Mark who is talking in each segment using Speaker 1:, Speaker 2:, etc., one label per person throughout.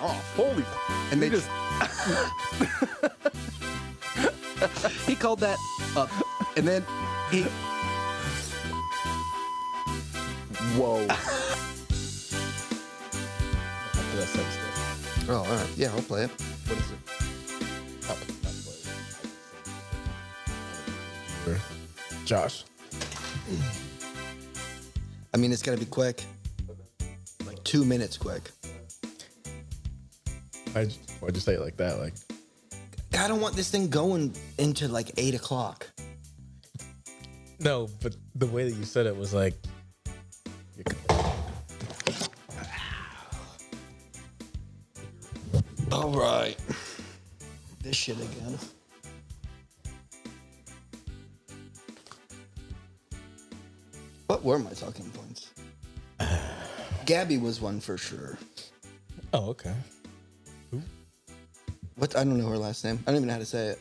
Speaker 1: off. Oh, Holy. And they just. he called that up. And then he.
Speaker 2: Whoa. After that sex stuff.
Speaker 1: Oh, all right. Yeah, I'll play it.
Speaker 2: What is it? Oh, not play. Josh.
Speaker 3: I mean, it's gonna be quick, like two minutes quick.
Speaker 2: I j- why'd you say it like that? Like
Speaker 3: I don't want this thing going into like eight o'clock.
Speaker 2: No, but the way that you said it was like you're co-
Speaker 3: All right. This shit again. What were my talking points? Gabby was one for sure.
Speaker 2: Oh, okay.
Speaker 3: What I don't know her last name. I don't even know how to say it.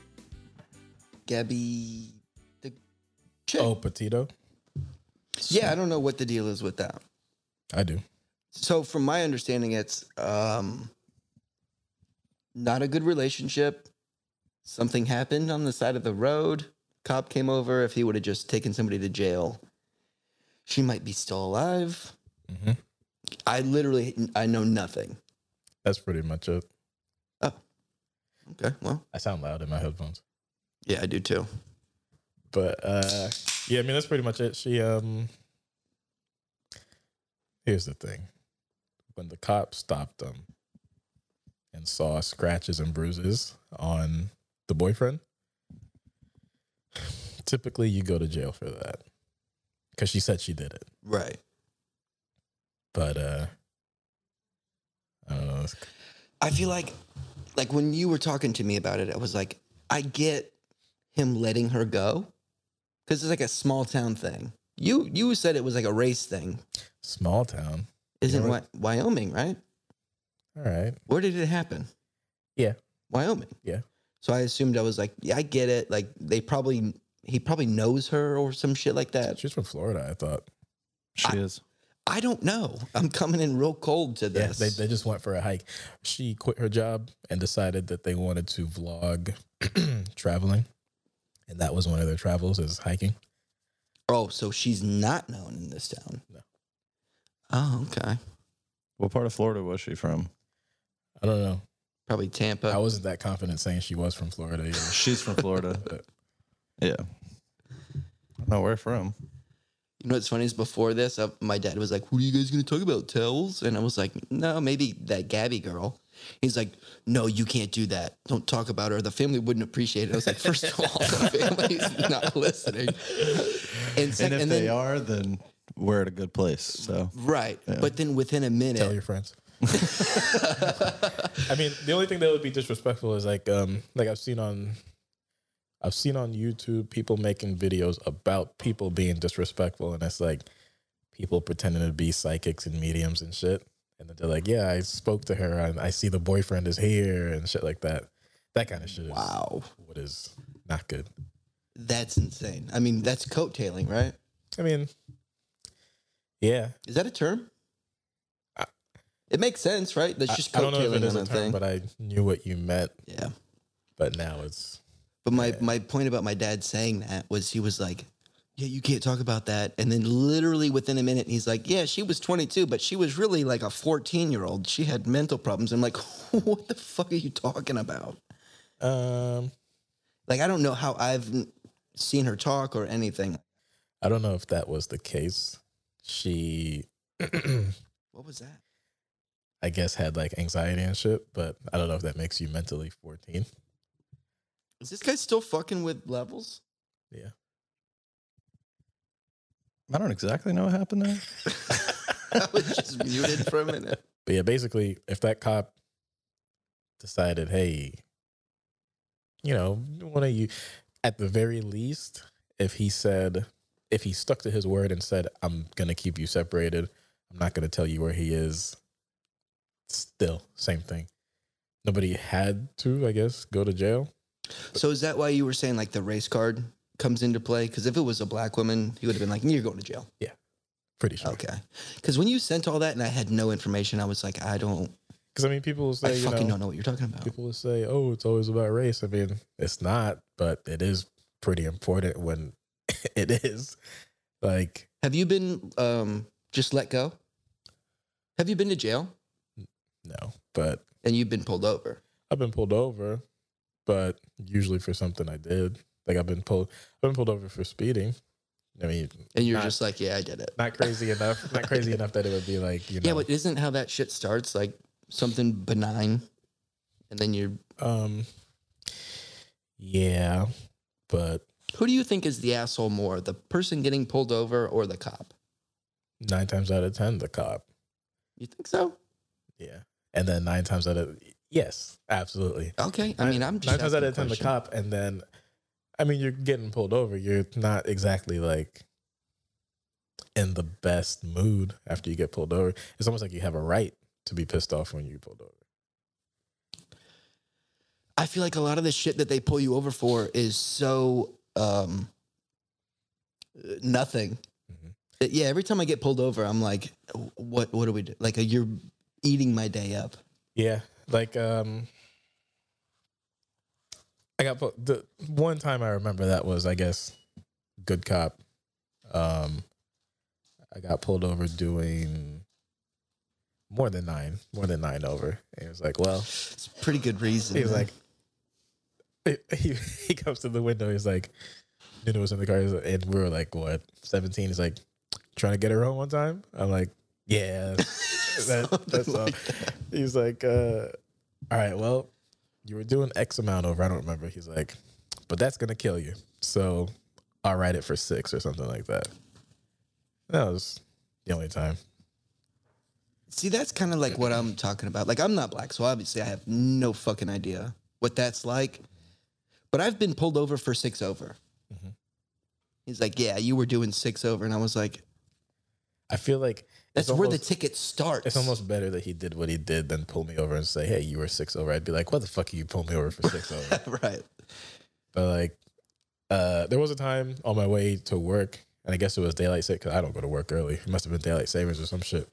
Speaker 3: Gabby the chick.
Speaker 2: Oh, Petito?
Speaker 3: Yeah, I don't know what the deal is with that.
Speaker 2: I do.
Speaker 3: So from my understanding, it's um not a good relationship. Something happened on the side of the road. Cop came over. If he would have just taken somebody to jail, she might be still alive.
Speaker 2: Mhm.
Speaker 3: I literally I know nothing. Oh,
Speaker 2: That's pretty much it.
Speaker 3: Okay, well,
Speaker 2: I sound loud in my headphones.
Speaker 3: yeah, I do too.
Speaker 2: But uh yeah, I mean that's pretty much it. She um Here's the thing. When the cops stopped them and saw scratches and bruises on the boyfriend, typically you go to jail for that. Cause she said she did it.
Speaker 3: Right.
Speaker 2: But uh I don't know. it's-
Speaker 3: I feel like like when you were talking to me about it, I was like, I get him letting her go because it's like a small town thing. You you said it was like a race thing,
Speaker 2: Small town.
Speaker 3: isn't
Speaker 2: Yeah,
Speaker 3: Wy- Wyoming right?
Speaker 2: All right.
Speaker 3: Where did it happen?
Speaker 2: Yeah.
Speaker 3: Wyoming.
Speaker 2: Yeah.
Speaker 3: So I assumed I was like, yeah, I get it. Like they probably he probably knows her or some shit like that.
Speaker 2: She's from Florida, I thought.
Speaker 1: She is.
Speaker 3: I don't know. I'm coming in real cold to
Speaker 2: Yeah,
Speaker 3: this.
Speaker 2: they, they just went for a hike. She quit her job and decided that they wanted to vlog traveling. And that was one of their travels is hiking.
Speaker 3: oh, so she's not known in this town.
Speaker 2: No.
Speaker 3: Oh, okay.
Speaker 1: What part of Florida was she from?
Speaker 2: I don't know.
Speaker 3: Probably Tampa.
Speaker 2: I wasn't that confident saying she was from Florida. either.
Speaker 1: She's from Florida.
Speaker 2: But
Speaker 1: yeah. No, where from?
Speaker 3: You know what's funny is before this, uh, my dad was like, "What are you guys gonna talk about, towels?" And I was like, "No, maybe that Gabby girl." He's like, "No, you can't do that. Don't talk about her. The family wouldn't appreciate it." I was like, first of all, the family's not listening." And, sec-
Speaker 1: And if
Speaker 3: and
Speaker 1: they
Speaker 3: then,
Speaker 1: are, then we're at a good place. So
Speaker 3: right, but then within a
Speaker 2: tell your
Speaker 3: minute,
Speaker 2: friends. I mean, the only thing that would be disrespectful is like um like I've seen on I've seen on YouTube people making videos about people being disrespectful and it's like people pretending to be psychics and mediums and shit. And then they're like, Yeah, I spoke to her and I see the boyfriend is here and shit like that. That kind of shit is
Speaker 3: wow,
Speaker 2: what is not good.
Speaker 3: that's insane. I mean, that's coattailing, right?
Speaker 2: I mean Yeah.
Speaker 3: Is that a term?
Speaker 2: I-
Speaker 3: It makes sense, right? That's
Speaker 2: I-
Speaker 3: just
Speaker 2: I, don't know if it
Speaker 3: coattailing
Speaker 2: is
Speaker 3: on
Speaker 2: a
Speaker 3: a
Speaker 2: term,
Speaker 3: thing.
Speaker 2: but I knew what you meant,
Speaker 3: yeah.
Speaker 2: but now it's
Speaker 3: But my,
Speaker 2: Yeah.
Speaker 3: my point about my dad saying that was he was like, Yeah, you can't talk about that. And then literally within a minute, he's like, Yeah, she was 22, but she was really like a 14 year old. She had mental problems. I'm like, What the fuck are you talking about?
Speaker 2: um
Speaker 3: Like, I don't know how I've n- seen her talk or anything.
Speaker 2: I don't know if that was the case. She, I
Speaker 3: What was that?
Speaker 2: guess, had like anxiety and shit, but I don't know if that makes you mentally 14.
Speaker 3: Is this guy still fucking with levels?
Speaker 2: Yeah.
Speaker 1: I don't exactly know what happened there.
Speaker 3: I was just muted for a minute.
Speaker 2: But yeah, basically, if that cop decided, hey, you know, one of you, at the very least, if he said, if he stuck to his word and said, I'm going to keep you separated, I'm not going to tell you where he is, still, same thing. Nobody had to, I guess, go to jail.
Speaker 3: So, is that why you were saying like the race card comes into play? Because if it was a black woman, he would have been like, You're going to jail.
Speaker 2: Pretty sure.
Speaker 3: Okay. Because when you sent all that and I had no information, I was like, I don't.
Speaker 2: Because I mean, people will
Speaker 3: I
Speaker 2: say, you
Speaker 3: fucking
Speaker 2: know,
Speaker 3: don't know what you're talking about.
Speaker 2: people will say, oh, it's always about race. I mean, it's not, but it is pretty important when it is. Like,
Speaker 3: Have you been um, just let go? Have you been to jail
Speaker 2: no, but
Speaker 3: and you've been pulled over?
Speaker 2: I've been pulled over, but usually for something I did. Like I've been pulled, I've been pulled over for speeding. I mean,
Speaker 3: And you're
Speaker 2: Not-
Speaker 3: just like, yeah, I did it.
Speaker 2: not crazy enough, not crazy enough that it would be like you know.
Speaker 3: Yeah, but isn't how that shit starts like something benign, and then you're.
Speaker 2: Um, yeah, but
Speaker 3: Who do you think is the asshole more, the person getting pulled over or the cop?
Speaker 2: nine times out of ten, the cop.
Speaker 3: You think so?
Speaker 2: Yeah, and then nine times out of yes, absolutely.
Speaker 3: Okay, I mean, I'm just.
Speaker 2: nine times out of ten,
Speaker 3: asking a question.
Speaker 2: the cop, and then, I mean, you're getting pulled over. You're not exactly like in the best mood after you get pulled over. It's almost like you have a right to be pissed off when you get pulled over.
Speaker 3: I feel like a lot of the shit that they pull you over for is so um uh, nothing.
Speaker 2: Mhm.
Speaker 3: Uh, Yeah, every time I get pulled over, I'm like, what what do we do? Like uh, you're eating my day up.
Speaker 2: Yeah, like um, I got pulled- the one time I remember that was I guess good cop. Um, I got pulled over doing more than nine, more than nine over. And it was like, well,
Speaker 3: It's a pretty good reason.
Speaker 2: he was
Speaker 3: man.
Speaker 2: like, he, he comes to the window. He's like, Nina was in the car, he's like- and we were like, what, seventeen? He's like, trying to get her home one time. I'm like, yeah, that, that's
Speaker 3: Something
Speaker 2: all.
Speaker 3: like that.
Speaker 2: He's like, uh, all right, well, you were doing X amount over. I don't remember. He's like, but that's gonna kill you. So I'll write it for six or something like that. That was the only time.
Speaker 3: See, that's kind of like what I'm talking about. Like, I'm not black, so obviously I have no fucking idea what that's like. But I've been pulled over for six over.
Speaker 2: Mhm.
Speaker 3: He's like, "Yeah, you were doing six over," and I was like,
Speaker 2: I feel like
Speaker 3: "That's
Speaker 2: it's
Speaker 3: where the
Speaker 2: almost-
Speaker 3: ticket starts."
Speaker 2: It's almost better that he did what he did than pull me over and say, "Hey, you were six over." I'd be like, "What the fuck are you pulling me over for six over?"
Speaker 3: right.
Speaker 2: But like, uh, there was a time on my way to work, and I guess it was daylight savings because I don't go to work early. It must have been daylight savings or some shit.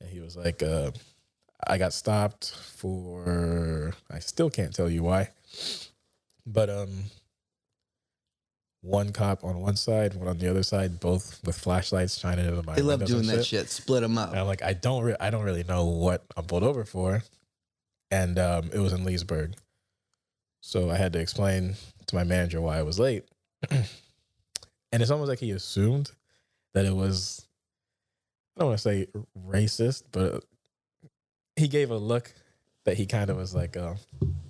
Speaker 2: And he was like, uh, "I got stopped for I still can't tell you why, but um." One cop on one side, one on the other side, both with flashlights shining into my.
Speaker 3: They love
Speaker 2: windows and
Speaker 3: doing that shit. Split them up.
Speaker 2: and I'm like, I don't, re- I don't really know what I'm pulled over for, and um, it was in Leesburg, so I had to explain to my manager why I was late, and it's almost like he assumed that it was, I don't want to say racist, but he gave a look that he kind of was like, oh,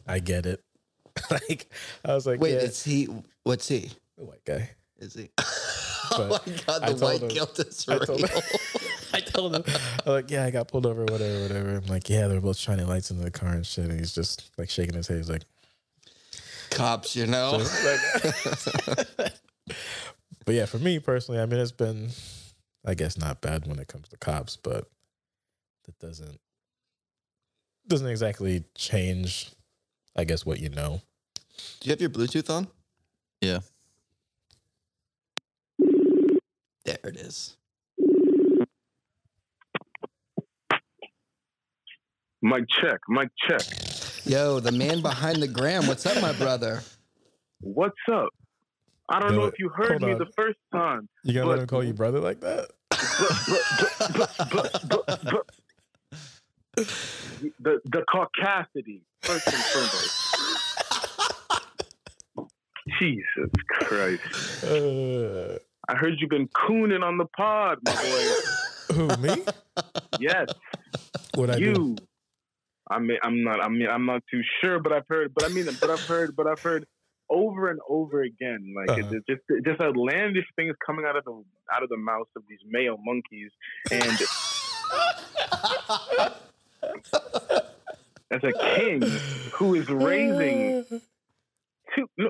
Speaker 2: I get it. like I was like,
Speaker 3: Wait,
Speaker 2: yeah,
Speaker 3: is he? What's he?
Speaker 2: the white guy.
Speaker 3: Is he? oh
Speaker 2: But
Speaker 3: my god, the
Speaker 2: I told
Speaker 3: white
Speaker 2: him-
Speaker 3: guilt is
Speaker 2: I
Speaker 3: real.
Speaker 2: told him- I told him, I'm like, yeah, I got pulled over, whatever, whatever. I'm like, yeah, they're both shining lights into the car and shit. And he's just like shaking his head. He's like,
Speaker 3: Cops, you know.
Speaker 2: but yeah, for me personally, I mean, it's been, I guess, not bad when it comes to cops, but that doesn't doesn't exactly change, I guess, what you know.
Speaker 3: Do you have your Bluetooth on?
Speaker 1: Yeah.
Speaker 3: There it is.
Speaker 4: Mic check, mic check.
Speaker 3: Yo, the man behind the gram. What's up, my brother?
Speaker 4: What's up? I don't
Speaker 2: Do
Speaker 4: know
Speaker 2: it.
Speaker 4: if you heard
Speaker 2: Hold
Speaker 4: me
Speaker 2: on.
Speaker 4: the first time.
Speaker 2: You gonna let
Speaker 4: But-
Speaker 2: him call you brother like that?
Speaker 4: The the caucasity, first and foremost. Jesus Christ.
Speaker 2: Uh,
Speaker 4: I heard you've been cooning on the pod, my boy.
Speaker 2: who me?
Speaker 4: Yes,
Speaker 2: What I do?
Speaker 4: you. I mean, I'm not. I mean, I'm not too sure, but I've heard. But I mean, but I've heard. But I've heard over and over again. Like
Speaker 2: Uh-huh.
Speaker 4: it, it just, just outlandish things coming out of the out of the mouths of these male monkeys, and as a king who is raising two, no,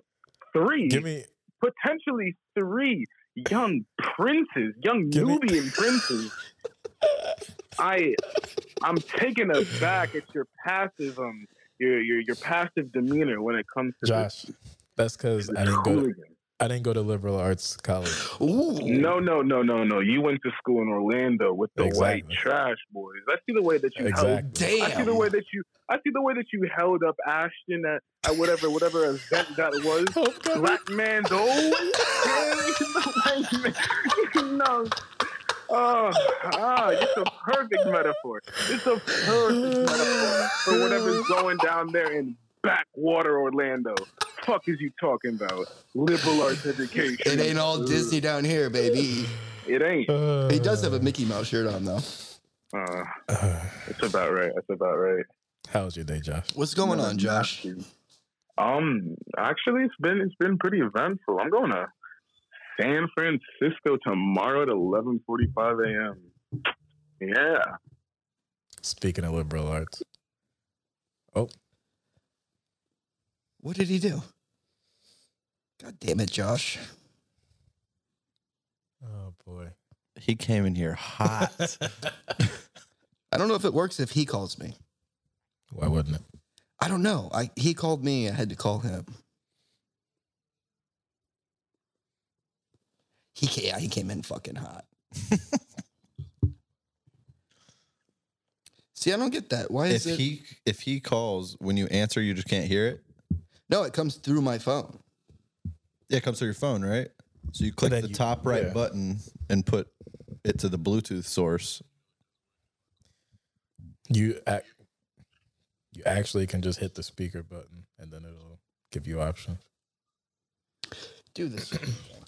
Speaker 4: three,
Speaker 2: Give me
Speaker 4: potentially three young princes, young
Speaker 2: Give me-
Speaker 4: Nubian princes. I, I'm taken aback at your passivism, your your your passive demeanor when it comes to
Speaker 2: Josh. That's because
Speaker 4: This,
Speaker 2: I didn't go. To,
Speaker 4: hooligan.
Speaker 2: I didn't go to liberal arts college.
Speaker 3: Ooh.
Speaker 4: No, no, no, no, no. You went to school in Orlando with the
Speaker 2: Exactly.
Speaker 4: white trash boys. I see the way that you held.
Speaker 2: Exactly.
Speaker 3: Damn.
Speaker 4: I see the way that you. I see the way that you held up Ashton at, at whatever whatever event that was. Black man, though. no. Oh, ah, it's a perfect metaphor. It's a perfect metaphor for whatever's going down there in backwater Orlando. Fuck is you talking about? Liberal arts education.
Speaker 3: It ain't all
Speaker 4: Ugh.
Speaker 3: Disney down here, baby.
Speaker 4: It ain't.
Speaker 2: Uh,
Speaker 3: He does have a Mickey Mouse shirt on though.
Speaker 4: Uh,
Speaker 2: uh,
Speaker 4: that's about right. That's about right.
Speaker 2: how was your day, Josh?
Speaker 3: What's going on, Josh?
Speaker 4: Um, actually, it's been it's been pretty eventful. I'm going to San Francisco tomorrow at 11:45 a.m. Yeah,
Speaker 2: Speaking of liberal arts,
Speaker 3: What did he do? God damn it, Josh.
Speaker 2: oh boy,
Speaker 5: He came in here hot.
Speaker 3: I don't know if it works if he calls me.
Speaker 2: why wouldn't it?
Speaker 3: I don't know. I he called me. I had to call him. He came, yeah, he came in fucking hot. See, I don't get that. Why
Speaker 5: if
Speaker 3: is it?
Speaker 5: he if he calls when you answer, you just can't hear it.
Speaker 3: no, it comes through my phone.
Speaker 5: Yeah, it comes through your phone, right? So you click
Speaker 2: then
Speaker 5: the
Speaker 2: you-
Speaker 5: top right
Speaker 2: yeah.
Speaker 5: button and put it to the Bluetooth source.
Speaker 2: You ac- you actually can just hit the speaker button, and then it'll give you options.
Speaker 3: Do this.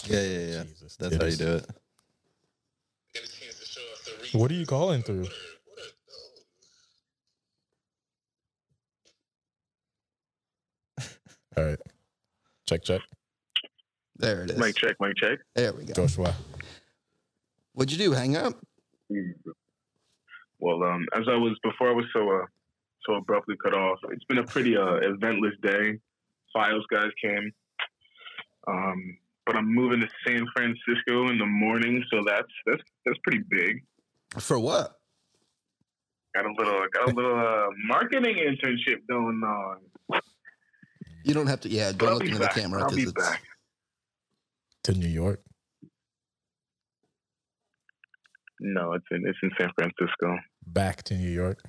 Speaker 5: Yeah, yeah, yeah.
Speaker 2: Jesus,
Speaker 5: That's how you do it.
Speaker 2: What are you calling through? All right, check check.
Speaker 3: There it is.
Speaker 4: mic check, mic check.
Speaker 3: There we go.
Speaker 2: Joshua,
Speaker 3: What'd you do? Hang up?
Speaker 4: Well, um, as I was before, I was so uh, so abruptly cut off. It's been a pretty uh, eventless day. Files guys came, um, but I'm moving to San Francisco in the morning, so that's that's that's pretty big.
Speaker 3: For what?
Speaker 4: Got a little got a little uh, marketing internship going on.
Speaker 3: You don't have to. Yeah,
Speaker 4: But
Speaker 3: don't
Speaker 4: I'll
Speaker 3: look
Speaker 4: be
Speaker 3: into
Speaker 4: back.
Speaker 3: the camera
Speaker 4: I'll be
Speaker 3: because it's.
Speaker 4: back.
Speaker 2: to New York.
Speaker 4: No, it's in it's in San Francisco.
Speaker 2: Back to New York.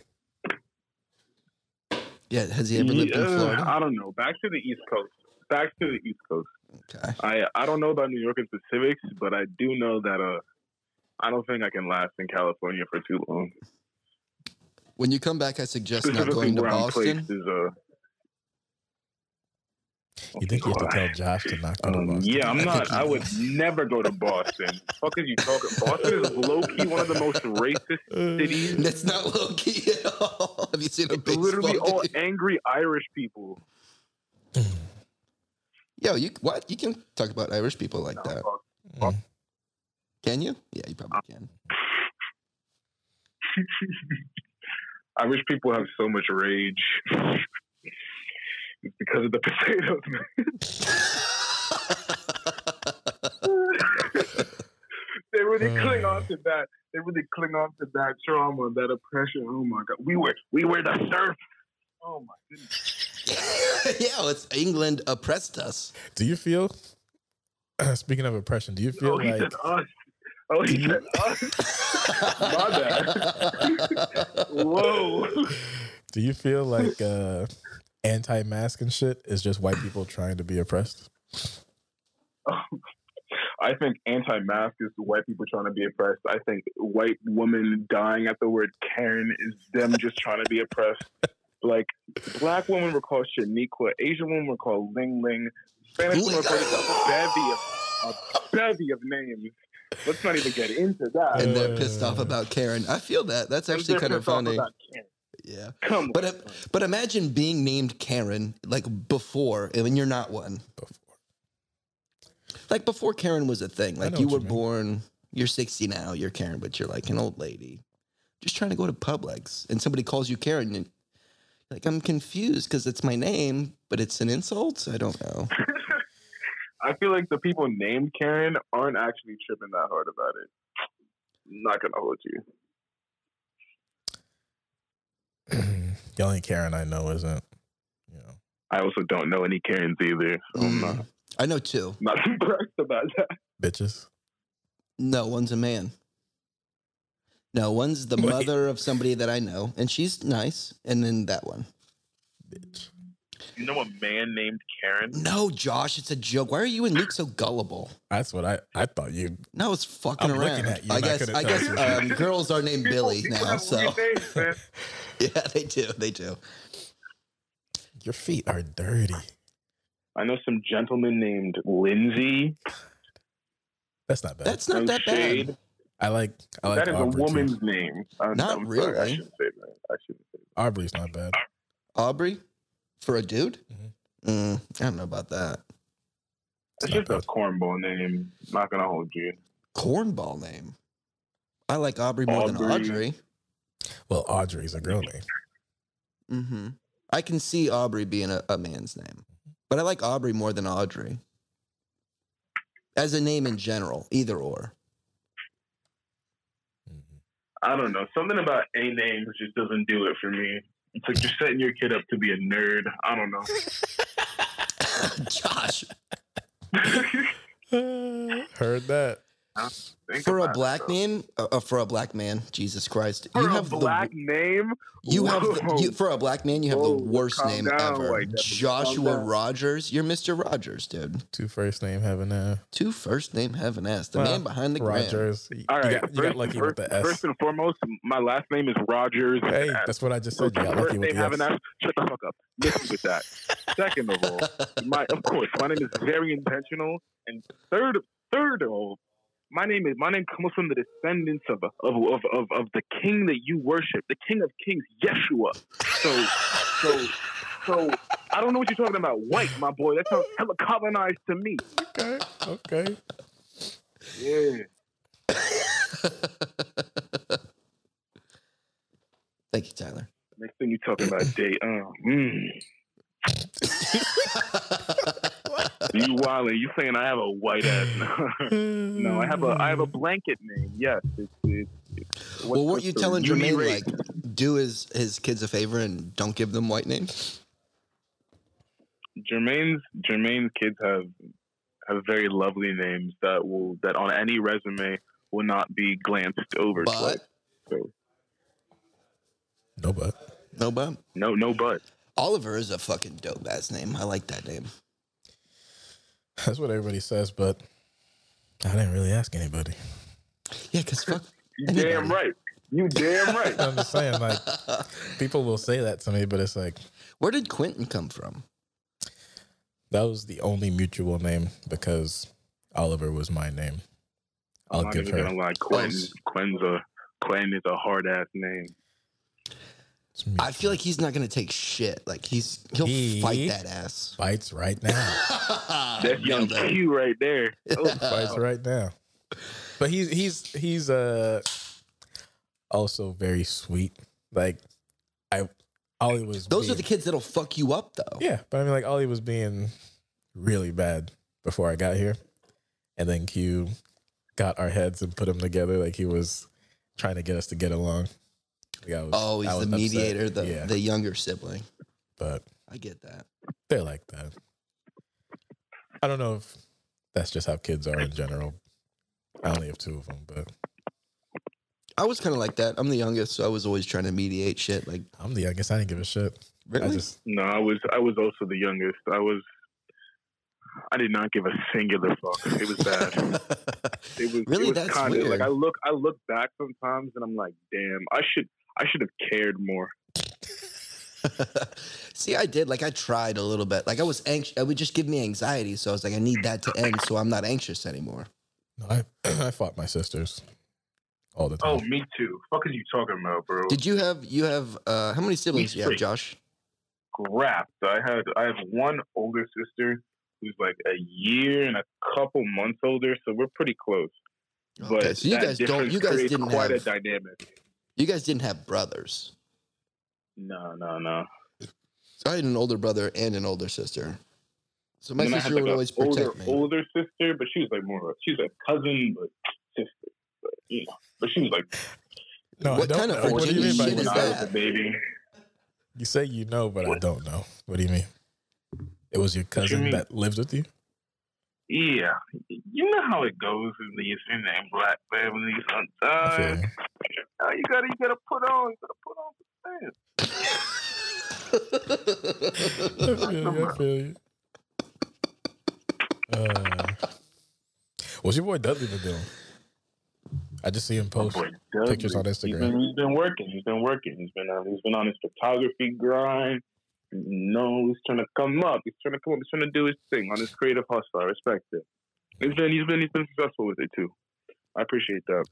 Speaker 3: Yeah, has he ever lived in
Speaker 4: Yeah,
Speaker 3: Florida?
Speaker 4: I don't know. Back to the East Coast. Back to the East Coast.
Speaker 3: Okay.
Speaker 4: I I don't know about New York and specifics, but I do know that uh, I don't think I can last in California for too long.
Speaker 3: When you come back, I suggest not
Speaker 4: Specifically,
Speaker 3: going to
Speaker 4: where I'm placed
Speaker 3: Boston.
Speaker 4: is uh,
Speaker 2: You think you have to tell Josh to not go to
Speaker 4: um,
Speaker 2: Boston?
Speaker 4: yeah, I'm
Speaker 3: I
Speaker 4: not.
Speaker 3: think
Speaker 4: I
Speaker 3: you-
Speaker 4: would never go to Boston. Fuck is you talking? Boston is low key one of the most racist cities.
Speaker 3: That's not low key at all. Have you seen a
Speaker 4: It's
Speaker 3: baseball
Speaker 4: literally all
Speaker 3: game?
Speaker 4: angry Irish people.
Speaker 3: Yo, you what? You can talk about Irish people like that,
Speaker 4: No,
Speaker 3: can you? Yeah, you probably can.
Speaker 4: Irish people have so much rage. It's because of the potatoes. man. they really
Speaker 2: Mm.
Speaker 4: cling on to that. They really cling on to that trauma, that oppression. Oh my god, we were we were the serfs. Oh my goodness.
Speaker 3: yeah, it's England oppressed us.
Speaker 2: Do you feel? Speaking of oppression, do you feel
Speaker 4: Oh, he
Speaker 2: like
Speaker 4: said us. Oh, he said us. My
Speaker 3: bad.
Speaker 4: Whoa.
Speaker 2: Do you feel like uh, anti-mask and shit is just white people trying to be oppressed?
Speaker 4: I think anti-mask is white people trying to be oppressed. I think white women dying at the word Karen is them just trying to be oppressed. Like black women were called Shaniqua, Asian women were called Ling Ling, Spanish women were called a bevy of a bevy of names. Let's not even get into that.
Speaker 3: and they're pissed off about Karen. I feel that. That's actually
Speaker 4: They're
Speaker 3: kind of
Speaker 4: pissed off
Speaker 3: funny.
Speaker 4: about Karen.
Speaker 3: Yeah,
Speaker 4: Come
Speaker 3: but
Speaker 4: on.
Speaker 3: im- but imagine being named Karen like before, and when you're not one. Like before Karen was a thing. Like
Speaker 2: know
Speaker 3: you
Speaker 2: what
Speaker 3: were
Speaker 2: you mean.
Speaker 3: born, you're 60 now, you're Karen, but you're like an old lady. Just trying to go to Publix and somebody calls you Karen and like I'm confused because it's my name, but it's an insult. I don't know.
Speaker 4: I feel like the people named Karen aren't actually tripping that hard about it. Not gonna hold you.
Speaker 2: the only Karen I know isn't, you know.
Speaker 4: I also don't know any Karens either. So I'm not.
Speaker 3: Mm. I know two.
Speaker 4: Not impressed about that.
Speaker 2: bitches.
Speaker 3: No, one's a man. No, one's the
Speaker 2: Wait.
Speaker 3: mother of somebody that I know, and she's nice. And then that one.
Speaker 2: Bitch.
Speaker 4: You know a man named Karen?
Speaker 3: No, Josh, it's a joke. Why are you and Luke so gullible?
Speaker 2: That's what I, I thought you.
Speaker 3: No, it's fucking
Speaker 2: I'm
Speaker 3: around.
Speaker 2: looking at you,
Speaker 3: I
Speaker 2: and I
Speaker 3: guess
Speaker 2: couldn't
Speaker 3: I
Speaker 2: tell
Speaker 3: guess
Speaker 2: you.
Speaker 3: um, girls are named Billy
Speaker 4: People
Speaker 3: now,
Speaker 4: have
Speaker 3: so
Speaker 4: weird names, man.
Speaker 3: yeah, they do, they do.
Speaker 2: Your feet are dirty.
Speaker 4: I know some gentleman named Lindsay.
Speaker 2: That's not bad.
Speaker 3: That's not that
Speaker 4: Shade.
Speaker 3: bad.
Speaker 2: I like I like
Speaker 4: that is
Speaker 2: Aubrey.
Speaker 4: a
Speaker 2: too.
Speaker 4: woman's name. I'm,
Speaker 3: Not
Speaker 4: I'm sorry, I
Speaker 3: really.
Speaker 4: shouldn't say that. I shouldn't say that.
Speaker 2: Aubrey's not bad.
Speaker 3: Aubrey for a dude.
Speaker 2: Mhm.
Speaker 3: Mm, I don't know about that
Speaker 4: It's
Speaker 2: not
Speaker 4: just a cornball name. Not gonna hold you.
Speaker 3: cornball name. I like Aubrey more than
Speaker 4: Aubrey.
Speaker 3: Audrey.
Speaker 2: Well, Audrey's a girl name.
Speaker 3: hmm I can see Aubrey being a, a man's name,
Speaker 2: Mm-hmm.
Speaker 3: but I like Aubrey more than Audrey as a name in general. Either or.
Speaker 2: Mhm.
Speaker 4: I don't know. Something about a name just doesn't do it for me. It's like you're setting your kid up to be a nerd. I don't know.
Speaker 3: Josh,
Speaker 4: Mm-hmm.
Speaker 2: Heard that.
Speaker 4: Think
Speaker 3: for a
Speaker 4: about it,
Speaker 3: black
Speaker 4: though.
Speaker 3: name, uh, uh, for a black man, Jesus Christ,
Speaker 4: For
Speaker 3: you
Speaker 4: a
Speaker 3: have
Speaker 4: black
Speaker 3: the
Speaker 4: name.
Speaker 3: You have the,
Speaker 4: Whoa.
Speaker 3: you, for a black man, you have
Speaker 4: Whoa,
Speaker 3: the worst
Speaker 4: calm
Speaker 3: name
Speaker 4: down,
Speaker 3: ever.
Speaker 4: white devil,
Speaker 3: Joshua
Speaker 4: calm down.
Speaker 3: Rogers. You're Mr. Rogers, dude.
Speaker 2: Two first name having a
Speaker 3: Two first name heaven ass. The
Speaker 2: Well,
Speaker 3: man behind the gram.
Speaker 2: Rogers. You-
Speaker 4: All right.
Speaker 2: you got, you got
Speaker 4: first,
Speaker 2: lucky
Speaker 4: first,
Speaker 2: with the S.
Speaker 4: first and foremost, my last name is Rogers.
Speaker 2: hey,
Speaker 4: S.
Speaker 2: that's what I just said. You got
Speaker 4: First
Speaker 2: lucky with
Speaker 4: name
Speaker 2: the
Speaker 4: have
Speaker 2: S.
Speaker 4: an S. Shut the fuck up. Listen with that. Second of all, my of course, my name is very intentional. And third, third of all, my name is my name comes from the descendants of of of of, of the king that you worship, the King of Kings, Yeshua. So, so, so. I don't know what you're talking about. White, my boy. That sounds hella colonized to me.
Speaker 2: Okay. Okay.
Speaker 4: Yeah.
Speaker 3: Thank you, Tyler.
Speaker 4: Next thing you talking about, date. Uh, mm. You wildin'. You saying I have a white ass? no, I have a I have a blanket name. Yes. It's, it's, it's,
Speaker 3: well, weren't
Speaker 4: what's
Speaker 3: you
Speaker 4: the
Speaker 3: telling
Speaker 4: uni
Speaker 3: Jermaine
Speaker 4: rate?
Speaker 3: like do his his kids a favor and don't give them white names?
Speaker 4: Jermaine's Jermaine's kids have have very lovely names that will that on any resume will not be glanced over.
Speaker 3: But
Speaker 4: twice. So,
Speaker 2: No, but
Speaker 3: no, but
Speaker 4: no, no, but
Speaker 3: Oliver is a fucking dope ass name. I like that name.
Speaker 2: that's what everybody says. But I didn't really ask anybody.
Speaker 3: Yeah, cause fuck.
Speaker 4: you
Speaker 3: Anybody.
Speaker 4: damn right. You damn right.
Speaker 2: I'm just saying, like people will say that to me, but it's like
Speaker 3: Where did Quentin come from?
Speaker 2: that was the only mutual name because Oliver was my name. I'll
Speaker 4: I'm not
Speaker 2: give
Speaker 4: even
Speaker 2: her.
Speaker 4: gonna lie. Quinn,
Speaker 3: Close.
Speaker 4: Quinn's a Quinn is a hard ass name.
Speaker 2: It's mu-
Speaker 3: I feel like he's not gonna take shit. Like he's he'll
Speaker 2: He-
Speaker 3: fight that ass.
Speaker 2: Bites right now.
Speaker 4: That's young
Speaker 3: Nailed it.
Speaker 4: Q right there.
Speaker 3: Uh,
Speaker 4: Oh,
Speaker 2: fights right now. But he's he's he's uh also very sweet. Like I Ollie was
Speaker 3: Those are the
Speaker 2: being-
Speaker 3: kids that'll fuck you up, though.
Speaker 2: Yeah, but I mean like Ollie was being really bad before I got here. And then Q got our heads and put them together like he was trying to get us to get along. Like, I was-
Speaker 3: Oh,
Speaker 2: I
Speaker 3: he's the
Speaker 2: was upset.
Speaker 3: mediator, the,
Speaker 2: yeah,
Speaker 3: the younger sibling.
Speaker 2: but
Speaker 3: I get that.
Speaker 2: they're like that. I don't know if that's just how kids are in general. I only have two of them, but
Speaker 3: I was kind of like that. I'm the youngest, so I was always trying to mediate shit. Like,
Speaker 2: I'm the youngest. I didn't give a shit. I
Speaker 3: really?
Speaker 2: just
Speaker 4: No, I was I was also the youngest. I was I did not give a singular fuck. It was bad. It was
Speaker 3: Really?
Speaker 4: It was
Speaker 3: That's
Speaker 4: kinda,
Speaker 3: weird.
Speaker 4: Like I look I look back sometimes and I'm like, damn, I should I should have cared more.
Speaker 3: See, I did. Like, I tried a little bit. Like, I was anxious. It would just give me anxiety. So I was like, I need that to end so I'm not anxious anymore.
Speaker 2: No, I I fought my sisters all the
Speaker 4: Oh,
Speaker 2: time.
Speaker 4: me too. Fuck is you talking about, bro?
Speaker 3: Did you have, you have, uh, how many siblings do you have,
Speaker 4: three.
Speaker 3: Josh?
Speaker 4: Crap. So I had I have one older sister who's like a year and a couple months older, so we're pretty close. But
Speaker 3: Okay, so you
Speaker 4: that
Speaker 3: guys don't,
Speaker 4: difference
Speaker 3: you guys
Speaker 4: creates
Speaker 3: didn't
Speaker 4: quite
Speaker 3: have,
Speaker 4: a dynamic.
Speaker 3: you guys didn't have brothers.
Speaker 4: No, no, no.
Speaker 3: So I had an older brother and an older sister. So my
Speaker 4: And then I had,
Speaker 3: sister
Speaker 4: like,
Speaker 3: would
Speaker 4: a
Speaker 3: always
Speaker 4: older,
Speaker 3: protect me.
Speaker 4: older sister, but she was like more of a, she was a cousin, but sister. But, you know, but she was like
Speaker 2: No,
Speaker 3: What kind of
Speaker 2: What do you
Speaker 3: Virginia
Speaker 2: mean by
Speaker 3: shit
Speaker 2: you
Speaker 3: is
Speaker 4: when
Speaker 2: know?
Speaker 4: I was a
Speaker 3: that?
Speaker 4: baby.
Speaker 2: You say you know, but I
Speaker 4: What?
Speaker 2: don't know. What do you mean? It was your
Speaker 4: you
Speaker 2: cousin
Speaker 4: mean?
Speaker 2: that lives with you.
Speaker 4: Yeah, you know how it goes in these in the black families.
Speaker 2: I feel
Speaker 4: Sometimes
Speaker 2: you.
Speaker 4: Uh, you gotta you gotta put on you gotta put on the stance. Uh,
Speaker 2: I feel you. I feel you. Uh, what's your boy Dudley been doing? I just see him
Speaker 4: My
Speaker 2: post.
Speaker 4: boy Dudley,
Speaker 2: pictures on Instagram.
Speaker 4: He's been, he's been working. He's been working. He's been on, he's been on his photography grind. No, he's trying to come up. He's trying to come up. He's trying to do his thing on his creative hustle. I respect it. He's been he's been he's been successful with it too. I appreciate that.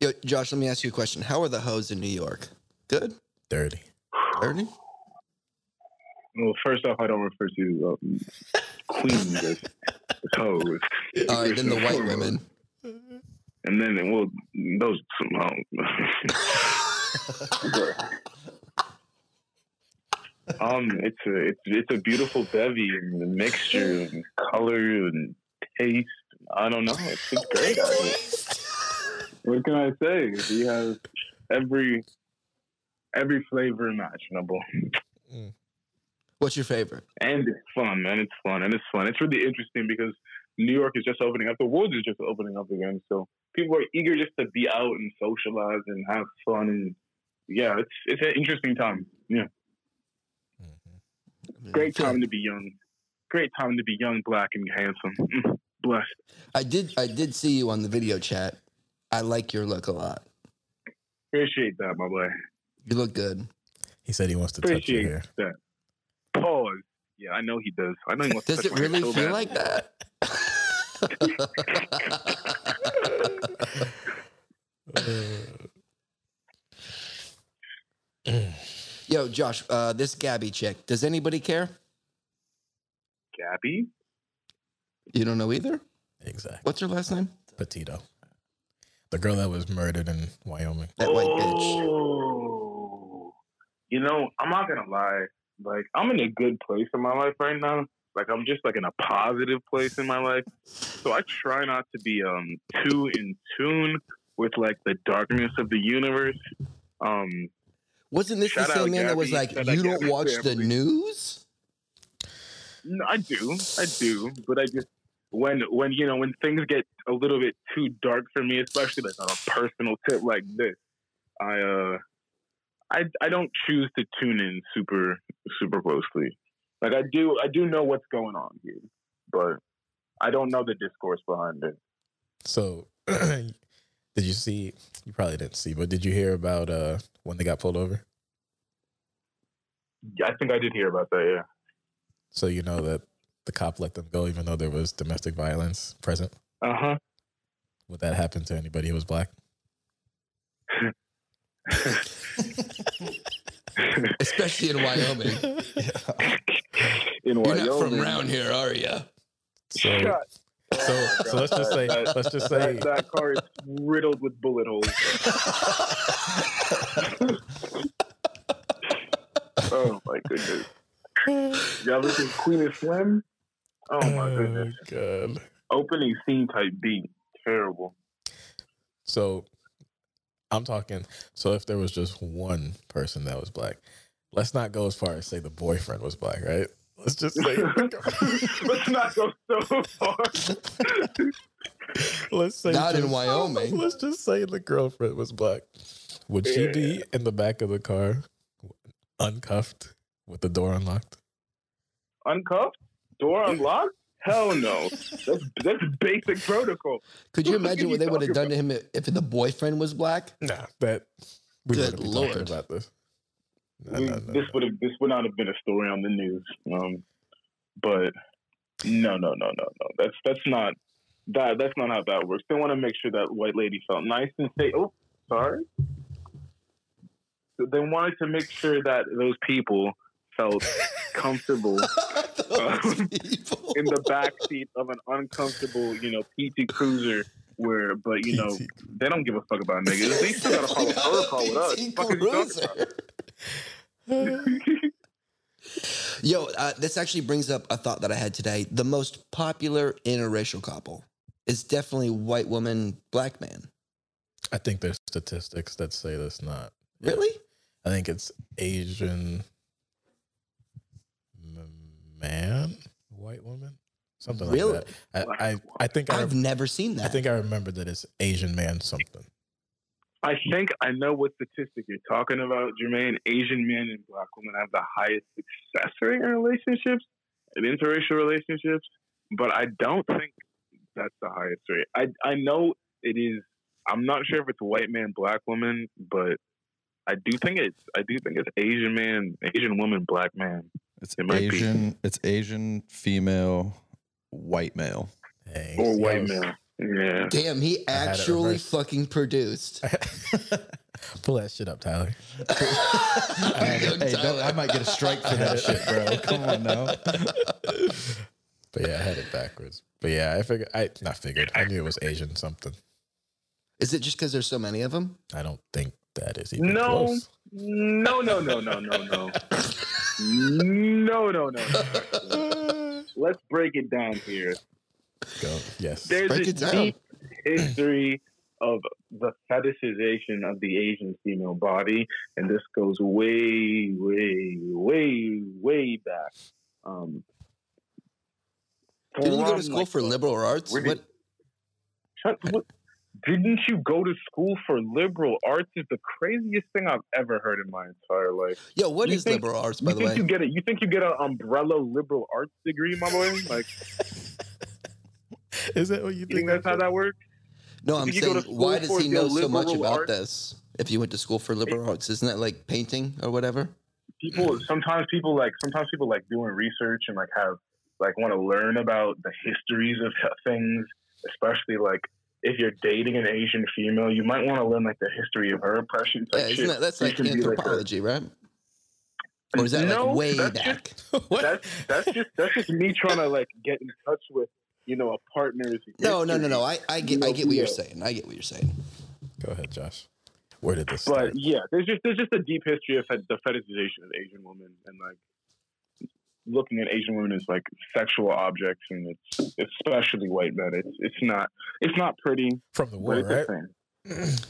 Speaker 3: Yo, Josh, let me ask you a question. How are the hoes in New York? Good?
Speaker 2: Dirty.
Speaker 3: Ernie?
Speaker 4: Well, first off, I don't refer to um, queens as hoes.
Speaker 3: All
Speaker 2: Uh,
Speaker 3: right, then the white women.
Speaker 4: And then well, those some um, it's a it's it's a beautiful bevy and the mixture and color and taste. I don't know. It's, it's great. out here. What can I say? We have every every flavor imaginable,
Speaker 3: What's your favorite?
Speaker 4: and it's fun, man. It's fun, and it's fun. It's really interesting because New York is just opening up. The world is just opening up again, so people are eager just to be out and socialize and have fun. And yeah, it's it's an interesting time. Yeah.
Speaker 2: Mm-hmm.
Speaker 4: Great time to be young. Great time to be young, black, and handsome. Mm, Blessed.
Speaker 3: I did I did see you on the video chat. I like your look a lot.
Speaker 4: Appreciate that, my boy.
Speaker 3: You look good.
Speaker 2: He said he wants to touch your
Speaker 4: Appreciate
Speaker 2: hair.
Speaker 4: that. Pause. Yeah, I know he does. I know he wants to
Speaker 3: Does
Speaker 4: touch
Speaker 3: it
Speaker 4: my hair
Speaker 3: really
Speaker 4: so
Speaker 3: feel
Speaker 4: bad.
Speaker 3: like that? Yo, Josh, uh, this Gabby chick, does anybody care?
Speaker 4: Gabby?
Speaker 3: You don't know either?
Speaker 2: exactly.
Speaker 3: What's her last name?
Speaker 2: Petito. The girl that was murdered in Wyoming.
Speaker 3: That white bitch.
Speaker 4: Oh. You know, I'm not gonna lie. Like, I'm in a good place in my life right now. Like, I'm just like in a positive place in my life. So I try not to be um too in tune with like the darkness of the universe. Um,
Speaker 3: Wasn't this
Speaker 4: Shout
Speaker 3: the
Speaker 4: out
Speaker 3: same man that was
Speaker 4: Gabby.
Speaker 3: like,
Speaker 4: Shout out
Speaker 3: you don't
Speaker 4: Gabby's
Speaker 3: watch the
Speaker 4: family."
Speaker 3: news?
Speaker 4: No, I do, I do, but I just when when you know when things get a little bit too dark for me, especially like on a personal tip like this, I uh, I I don't choose to tune in super super closely. Like I do, I do know what's going on here, but I don't know the discourse behind it.
Speaker 2: So, did you see? You probably didn't see, but did you hear about uh when they got pulled over?
Speaker 4: Yeah, I think I did hear about that. Yeah.
Speaker 2: So you know that the cop let them go, even though there was domestic violence present.
Speaker 4: Uh huh.
Speaker 2: Would that happen to anybody who was black?
Speaker 3: Especially in Wyoming.
Speaker 4: In
Speaker 3: You're not
Speaker 4: Wyoming.
Speaker 3: from round here, are you?
Speaker 2: So, so, so let's just say, let's just say,
Speaker 4: That, that car is riddled with bullet holes. oh my goodness! Y'all listen, Queen and Slim. Oh my
Speaker 2: oh
Speaker 4: goodness!
Speaker 2: god.
Speaker 4: Opening scene type beat, terrible.
Speaker 2: So, I'm talking. So if there was just one person that was black, let's not go as far as say the boyfriend was black, right? Let's just say
Speaker 4: Let's not go so far.
Speaker 2: Let's say
Speaker 3: Not in
Speaker 2: just-
Speaker 3: Wyoming.
Speaker 2: Let's just say the girlfriend was black. Would she be in the back of the car, uncuffed, with the door unlocked?
Speaker 4: Uncuffed, door unlocked. Hell no! That's that's basic protocol.
Speaker 3: Could you
Speaker 4: What
Speaker 3: imagine
Speaker 4: the fuck are
Speaker 3: what
Speaker 4: you
Speaker 3: they would have
Speaker 4: talking
Speaker 3: done to him if if the boyfriend was black?
Speaker 2: Nah, that we
Speaker 3: Good
Speaker 2: wouldn't be talking
Speaker 3: Lord.
Speaker 2: about this. No,
Speaker 4: We-
Speaker 2: no, no,
Speaker 4: this
Speaker 2: no.
Speaker 4: would have this would not have been a story on the news. Um, but no, no, no, no, no. That's that's not that that's not how that works. They want to make sure that white lady felt nice and say, "Oh, sorry." So they wanted to make sure that those people felt comfortable
Speaker 3: Those people.
Speaker 4: Uh, in the back seat of an uncomfortable, you know, PT Cruiser. Where, but you know,
Speaker 2: PT.
Speaker 4: they don't give a fuck about niggas. They still gotta follow protocol with us.
Speaker 3: PT
Speaker 4: Fuck is you talking about?
Speaker 3: Cruiser. Yo, uh, this actually brings up a thought that I had today. The most popular interracial couple is definitely white woman, black man.
Speaker 2: I think there's statistics that say that's not. Yeah.
Speaker 3: Really?
Speaker 2: I think it's Asian m- man, white woman, something
Speaker 3: Really?
Speaker 2: like that. I, I, I think I,
Speaker 3: I've never seen that.
Speaker 2: I think I remember that it's Asian man something.
Speaker 4: I think I know what statistic you're talking about, Jermaine. Asian men and black women have the highest success rate in relationships and interracial relationships, but I don't think that's the highest rate. I I know it is. I'm not sure if it's white man, black woman, but I do think it's I do think it's Asian man, Asian woman, black man.
Speaker 5: It's
Speaker 4: It might be.
Speaker 5: Asian. It's Asian female, white male.
Speaker 2: Hey,
Speaker 4: Or
Speaker 2: see, I
Speaker 4: white
Speaker 2: was-
Speaker 4: man. Yeah.
Speaker 3: Damn, he
Speaker 2: had it
Speaker 3: actually
Speaker 2: reversed.
Speaker 3: fucking produced.
Speaker 2: Pull that shit up, Tyler.
Speaker 3: I'm
Speaker 5: hey,
Speaker 3: done,
Speaker 5: that, I
Speaker 3: Tyler.
Speaker 5: might get a strike for that shit, bro. Come on now.
Speaker 2: But yeah, I had it backwards. But yeah, I figured. I not figured. I knew it was Asian something.
Speaker 3: Is it just because there's so many of them?
Speaker 2: I don't think that is even
Speaker 4: No.
Speaker 2: close.
Speaker 4: No, no, no, no, no, no. No, no, no, no. Let's break it down here.
Speaker 2: Go. Yes.
Speaker 4: There's
Speaker 3: Break
Speaker 4: a
Speaker 3: it down.
Speaker 4: deep history of the fetishization of the Asian female body, and this goes way, way, way, way back. Um,
Speaker 3: Didn't you go
Speaker 4: from,
Speaker 3: to school
Speaker 4: like,
Speaker 3: for
Speaker 4: the-
Speaker 3: liberal arts?
Speaker 4: where did-
Speaker 3: What?
Speaker 4: Shut- what- Didn't you go to school for liberal arts? Is the craziest thing I've ever heard in my entire life.
Speaker 3: Yo, what
Speaker 4: You
Speaker 3: is
Speaker 4: think-
Speaker 3: liberal arts, by
Speaker 4: You
Speaker 3: the
Speaker 4: think
Speaker 3: way?
Speaker 4: you get it? You think you get an umbrella liberal arts degree, my boy? Like,
Speaker 2: is that what you
Speaker 4: you think
Speaker 2: think?
Speaker 4: that's how that works?
Speaker 3: no,
Speaker 4: you
Speaker 3: I'm
Speaker 4: think you go
Speaker 3: saying,
Speaker 4: to
Speaker 3: why
Speaker 4: school
Speaker 3: does
Speaker 4: for
Speaker 3: he
Speaker 4: the
Speaker 3: know so much
Speaker 4: liberal
Speaker 3: about
Speaker 4: arts?
Speaker 3: this? If you went to school for liberal arts, isn't that like painting or whatever?
Speaker 4: People sometimes people like sometimes people like doing research and like have like want to learn about the histories of he- things, especially like if you're dating an Asian female, you might want to learn like the history of her oppression. Type
Speaker 3: Yeah, isn't
Speaker 4: shit.
Speaker 3: that, that's
Speaker 4: You
Speaker 3: like
Speaker 4: can be, a-
Speaker 3: anthropology, right? Or is that
Speaker 4: No,
Speaker 3: like way
Speaker 4: that's
Speaker 3: back?
Speaker 2: What?
Speaker 4: that's that's just that's just me trying to like get in touch with you know a partner's.
Speaker 3: No, no, no,
Speaker 4: history.
Speaker 3: no. I, I get, I
Speaker 4: No,
Speaker 3: get what you're
Speaker 4: yeah.
Speaker 3: saying. I get what you're saying.
Speaker 2: Go ahead, Josh. Where did this?
Speaker 4: But
Speaker 2: start?
Speaker 4: yeah, there's just there's just a deep history of fet- the fetishization of Asian women and like looking at Asian women as like sexual objects, and it's especially white men. It's it's not it's not pretty,
Speaker 2: From the
Speaker 4: but
Speaker 2: war,
Speaker 4: it's
Speaker 2: right?
Speaker 4: a thing.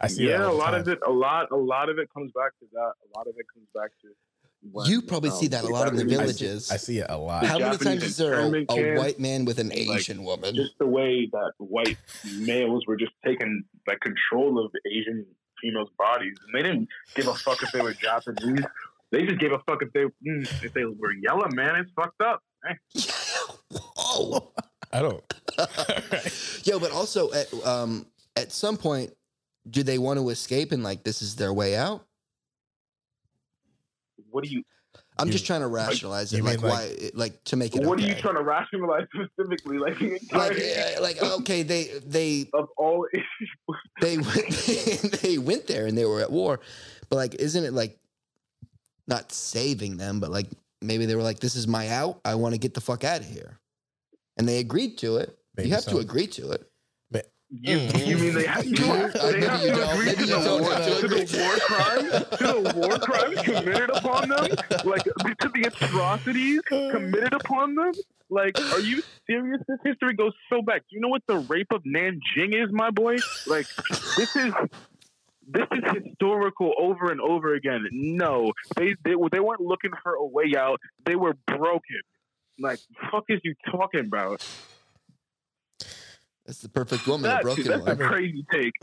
Speaker 2: I see. that
Speaker 4: Yeah,
Speaker 2: all
Speaker 4: a
Speaker 2: the
Speaker 4: lot
Speaker 2: time.
Speaker 4: of it, a lot, a lot of it comes back to that. A lot of it comes back to. when, um,
Speaker 3: You probably see that a lot in the
Speaker 4: Japanese-
Speaker 2: I see-
Speaker 3: villages.
Speaker 2: I see it a lot.
Speaker 3: How many
Speaker 4: Japanese
Speaker 3: times is there a,
Speaker 4: internment
Speaker 3: a
Speaker 4: camp,
Speaker 3: white man with an
Speaker 4: like,
Speaker 3: Asian woman?
Speaker 4: Just the way that white males were just taking like control of Asian females' bodies, and they didn't give a fuck if they were Japanese. They just gave a fuck if they mm, if they were yellow. Man, it's fucked up.
Speaker 3: oh,
Speaker 2: I don't.
Speaker 3: yo! But also, at um, at some point, do they want to escape and like this is their way out?
Speaker 4: What do you
Speaker 3: I'm
Speaker 2: You-
Speaker 3: just trying to rationalize
Speaker 2: you
Speaker 3: it, like,
Speaker 2: mean,
Speaker 3: why,
Speaker 2: like-
Speaker 3: it- like to make it.
Speaker 4: What are you
Speaker 3: okay.
Speaker 4: trying to rationalize specifically? Like the
Speaker 3: Like,
Speaker 4: entirety
Speaker 3: uh, like okay, they they
Speaker 4: of all.
Speaker 3: they went, they went there and they were at war, but like, isn't it like not saving them, but like maybe they were like, this is my out. I want to get the fuck out of here, and they agreed to it.
Speaker 2: Maybe
Speaker 3: you have
Speaker 2: so.
Speaker 3: to agree to it.
Speaker 4: You, you mean they have,
Speaker 3: You- I
Speaker 4: they
Speaker 3: Uh, maybe
Speaker 4: have
Speaker 3: you
Speaker 4: to
Speaker 3: don't.
Speaker 4: agree
Speaker 3: Maybe
Speaker 4: to
Speaker 3: you
Speaker 4: the,
Speaker 3: don't
Speaker 4: war,
Speaker 3: have to
Speaker 4: to the
Speaker 3: agree.
Speaker 4: war crime, to the war crimes committed upon them, like to the atrocities committed upon them? Like, are you serious? This history goes so back. Do you know what the rape of Nanjing is, my boy? Like, this is this is historical over and over again. No, they they, they weren't looking for a way out. They were broken. Like, fuck is you talking about?
Speaker 3: That's the perfect woman, a
Speaker 4: That's,
Speaker 3: broken
Speaker 4: that's a
Speaker 3: one.
Speaker 4: crazy take.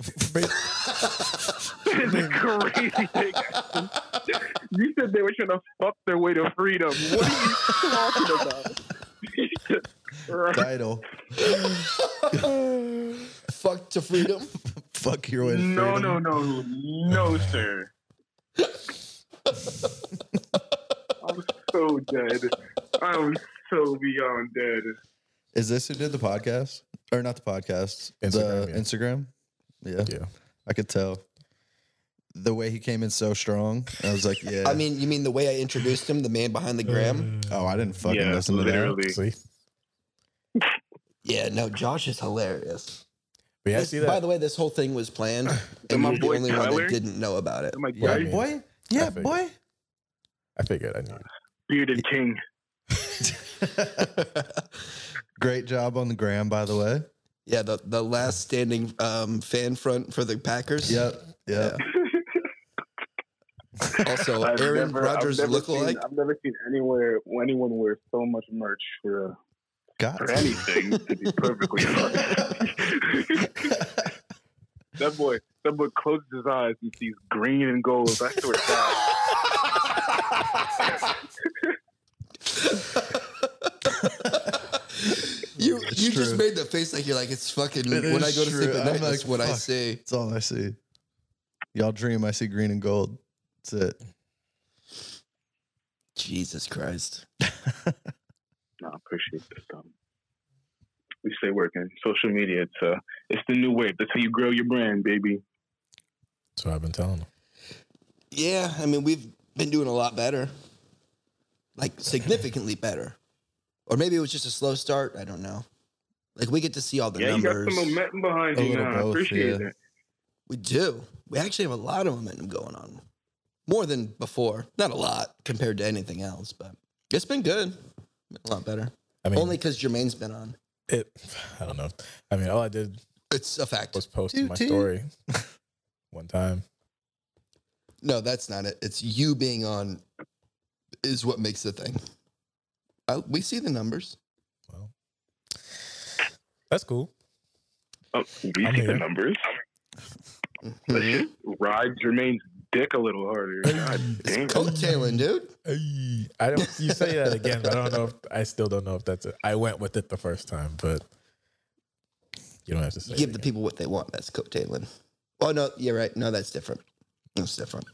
Speaker 4: That is a crazy take. You said they were trying to fuck their way to freedom. What are you talking about? Jesus Christ.
Speaker 5: Title.
Speaker 3: Fuck to freedom.
Speaker 5: Fuck your way. to
Speaker 4: No,
Speaker 5: freedom.
Speaker 4: no, no, no, sir. I'm so dead. I'm so beyond dead.
Speaker 5: Is this who did the podcast or not the podcast?
Speaker 2: Instagram,
Speaker 5: the
Speaker 2: yeah.
Speaker 5: Instagram. Yeah.
Speaker 2: Yeah.
Speaker 5: I could tell the way he came in so strong. I was like, yeah.
Speaker 3: I mean, you mean the way I introduced him, the man behind the gram?
Speaker 2: Mm.
Speaker 5: oh, I didn't fucking listen to
Speaker 4: literally.
Speaker 2: See,
Speaker 3: Yeah, no, Josh is hilarious.
Speaker 2: but yeah, I
Speaker 3: This-
Speaker 2: see that.
Speaker 3: By the way, this whole thing was planned, and
Speaker 4: my
Speaker 3: you're the
Speaker 4: boy
Speaker 3: only one
Speaker 4: Tyler-
Speaker 3: that didn't know about it.
Speaker 4: I'm like,
Speaker 5: that. Yeah,
Speaker 2: I mean,
Speaker 5: boy. Yeah,
Speaker 2: figured.
Speaker 5: boy.
Speaker 2: I figured I knew.
Speaker 4: bearded king.
Speaker 5: Great job on the gram, by the way.
Speaker 3: Yeah, the, the last standing um, fan front for the Packers.
Speaker 5: Yep. Yep.
Speaker 3: Also,
Speaker 4: I've
Speaker 3: Aaron
Speaker 4: never- I've
Speaker 3: Rodgers
Speaker 4: never
Speaker 3: lookalike.
Speaker 4: seen- I've never seen anywhere anyone wear so much merch for a
Speaker 5: got
Speaker 4: for
Speaker 5: to.
Speaker 4: anything, to be perfectly honest. that boy, that boy closes his eyes and sees green and gold. I swear to God.
Speaker 3: you
Speaker 5: It's
Speaker 3: you
Speaker 5: Oh, true.
Speaker 3: just made the face like you're like it's fucking.
Speaker 5: It
Speaker 3: when I
Speaker 5: is
Speaker 3: go to sleep
Speaker 5: true.
Speaker 3: at
Speaker 5: I'm
Speaker 3: night, that's
Speaker 5: like,
Speaker 3: what I
Speaker 5: fuck.
Speaker 3: say.
Speaker 5: That's all I see. Y'all dream. I see green and gold. That's it.
Speaker 3: Jesus Christ.
Speaker 4: No, I appreciate this. Um, we stay working. Social media, it's uh, it's the new wave. That's how you grow your brand, baby.
Speaker 2: That's what I've been telling them.
Speaker 3: Yeah, I mean we've been doing a lot better, like significantly better, or maybe it was just a slow start. I don't know. Like we get to see all the
Speaker 4: yeah,
Speaker 3: numbers.
Speaker 4: you got some momentum behind
Speaker 5: A
Speaker 4: you
Speaker 5: little
Speaker 4: now. I
Speaker 5: both,
Speaker 4: appreciate
Speaker 5: yeah.
Speaker 4: that.
Speaker 3: We do. We actually have a lot of momentum going on. More than before. Not a lot compared to anything else, but it's been good. A lot better.
Speaker 2: I mean,
Speaker 3: Only because Jermaine's been on.
Speaker 2: it. I don't know. I mean, all I did
Speaker 3: It's a fact.
Speaker 2: was post
Speaker 5: Toot
Speaker 2: my
Speaker 5: toot.
Speaker 2: story one time.
Speaker 3: No, that's not it. It's you being on is what makes the thing. I, we see the numbers.
Speaker 2: Well, that's cool.
Speaker 4: Oh, we
Speaker 2: I'm
Speaker 4: see the
Speaker 2: here.
Speaker 4: numbers.
Speaker 5: Mm-hmm.
Speaker 4: Let's
Speaker 3: Mhm.
Speaker 4: just ride Jermaine's dick a little harder. God damn.
Speaker 3: It's coattailing, dude.
Speaker 2: Ay, I don't. You say that again, but I don't know. If, I still don't know if that's it. I went with it the first time, but you don't have to say. it
Speaker 3: Give the
Speaker 2: again.
Speaker 3: people what they want. That's coattailing. Oh, no, you're right. No, that's different. That's different.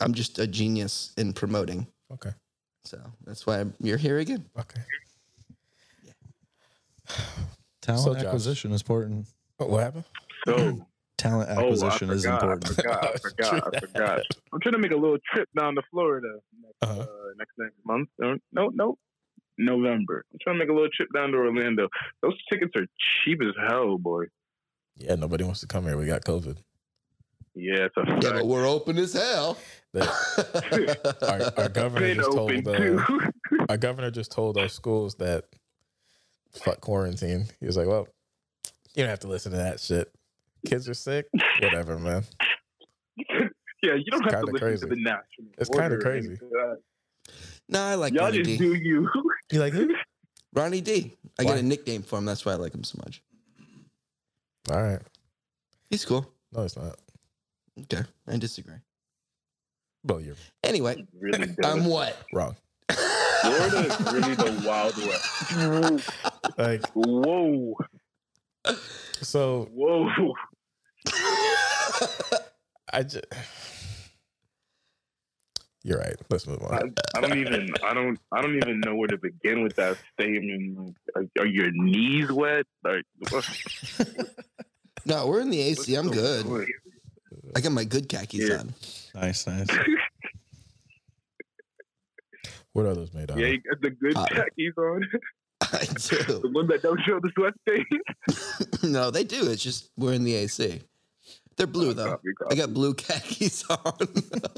Speaker 3: I'm just a genius in promoting.
Speaker 2: Okay.
Speaker 3: So that's why I'm, you're here again.
Speaker 2: Okay.
Speaker 5: Talent
Speaker 2: So, Josh.
Speaker 5: acquisition is important.
Speaker 2: What, what happened?
Speaker 4: So,
Speaker 5: Talent acquisition
Speaker 4: oh, I
Speaker 5: is
Speaker 4: forgot,
Speaker 5: important.
Speaker 4: I forgot, I forgot, I forgot. I'm trying to make a little trip down to Florida next,
Speaker 2: Uh-huh.
Speaker 4: uh, next next month. Or, no, no, November. I'm trying to make a little trip down to Orlando. Those tickets are cheap as hell, boy.
Speaker 2: Yeah, nobody wants to come here. We got COVID.
Speaker 4: Yeah, it's a fact.
Speaker 3: Yeah, but we're open as hell.
Speaker 2: The- our, our governor
Speaker 4: Been
Speaker 2: just
Speaker 4: open
Speaker 2: told uh,
Speaker 4: too.
Speaker 2: our governor just told our schools that fuck quarantine. He was like, "Well, you don't have to listen to that shit. Kids are sick. Whatever, man.
Speaker 4: yeah, you don't
Speaker 2: It's
Speaker 4: have to
Speaker 2: kinda
Speaker 4: listen
Speaker 2: crazy.
Speaker 4: to the national.
Speaker 2: It's kinda
Speaker 4: order or
Speaker 2: crazy.
Speaker 4: anything like
Speaker 3: nah, I
Speaker 4: that.
Speaker 3: like
Speaker 4: Y'all
Speaker 3: Ronnie
Speaker 4: just
Speaker 3: D.
Speaker 4: do you.
Speaker 2: You like who?
Speaker 3: Ronnie D. I
Speaker 2: Why?
Speaker 3: got a nickname for him. That's why I like him so much.
Speaker 2: All right.
Speaker 3: He's cool.
Speaker 2: No, it's not.
Speaker 3: Okay. I disagree.
Speaker 2: Well, you're
Speaker 3: Anyway,
Speaker 4: really dope.
Speaker 3: I'm what?
Speaker 2: wrong.
Speaker 4: Florida is really the wild west.
Speaker 2: Like,
Speaker 4: Whoa,
Speaker 2: so
Speaker 4: whoa.
Speaker 2: I just. You're right. Let's move on.
Speaker 4: I don't even I don't I don't even know where to begin with that statement. Like, Are, are your knees wet? Like, what-
Speaker 3: no, we're in the AC. I'm
Speaker 4: what's
Speaker 3: good.
Speaker 4: going on?
Speaker 2: Uh,
Speaker 3: I got my good khakis
Speaker 4: Yeah.
Speaker 3: on.
Speaker 5: nice, nice.
Speaker 2: What are those made out
Speaker 4: Yeah,
Speaker 2: of?
Speaker 4: you got the good
Speaker 3: Uh,
Speaker 4: khakis on.
Speaker 3: I
Speaker 4: The
Speaker 3: do.
Speaker 4: one that don't show the sweat stain.
Speaker 3: no, they do. It's just we're in the AC. They're blue though.
Speaker 4: Copy,
Speaker 3: I
Speaker 4: copy.
Speaker 3: got blue khakis on.
Speaker 2: Jesus.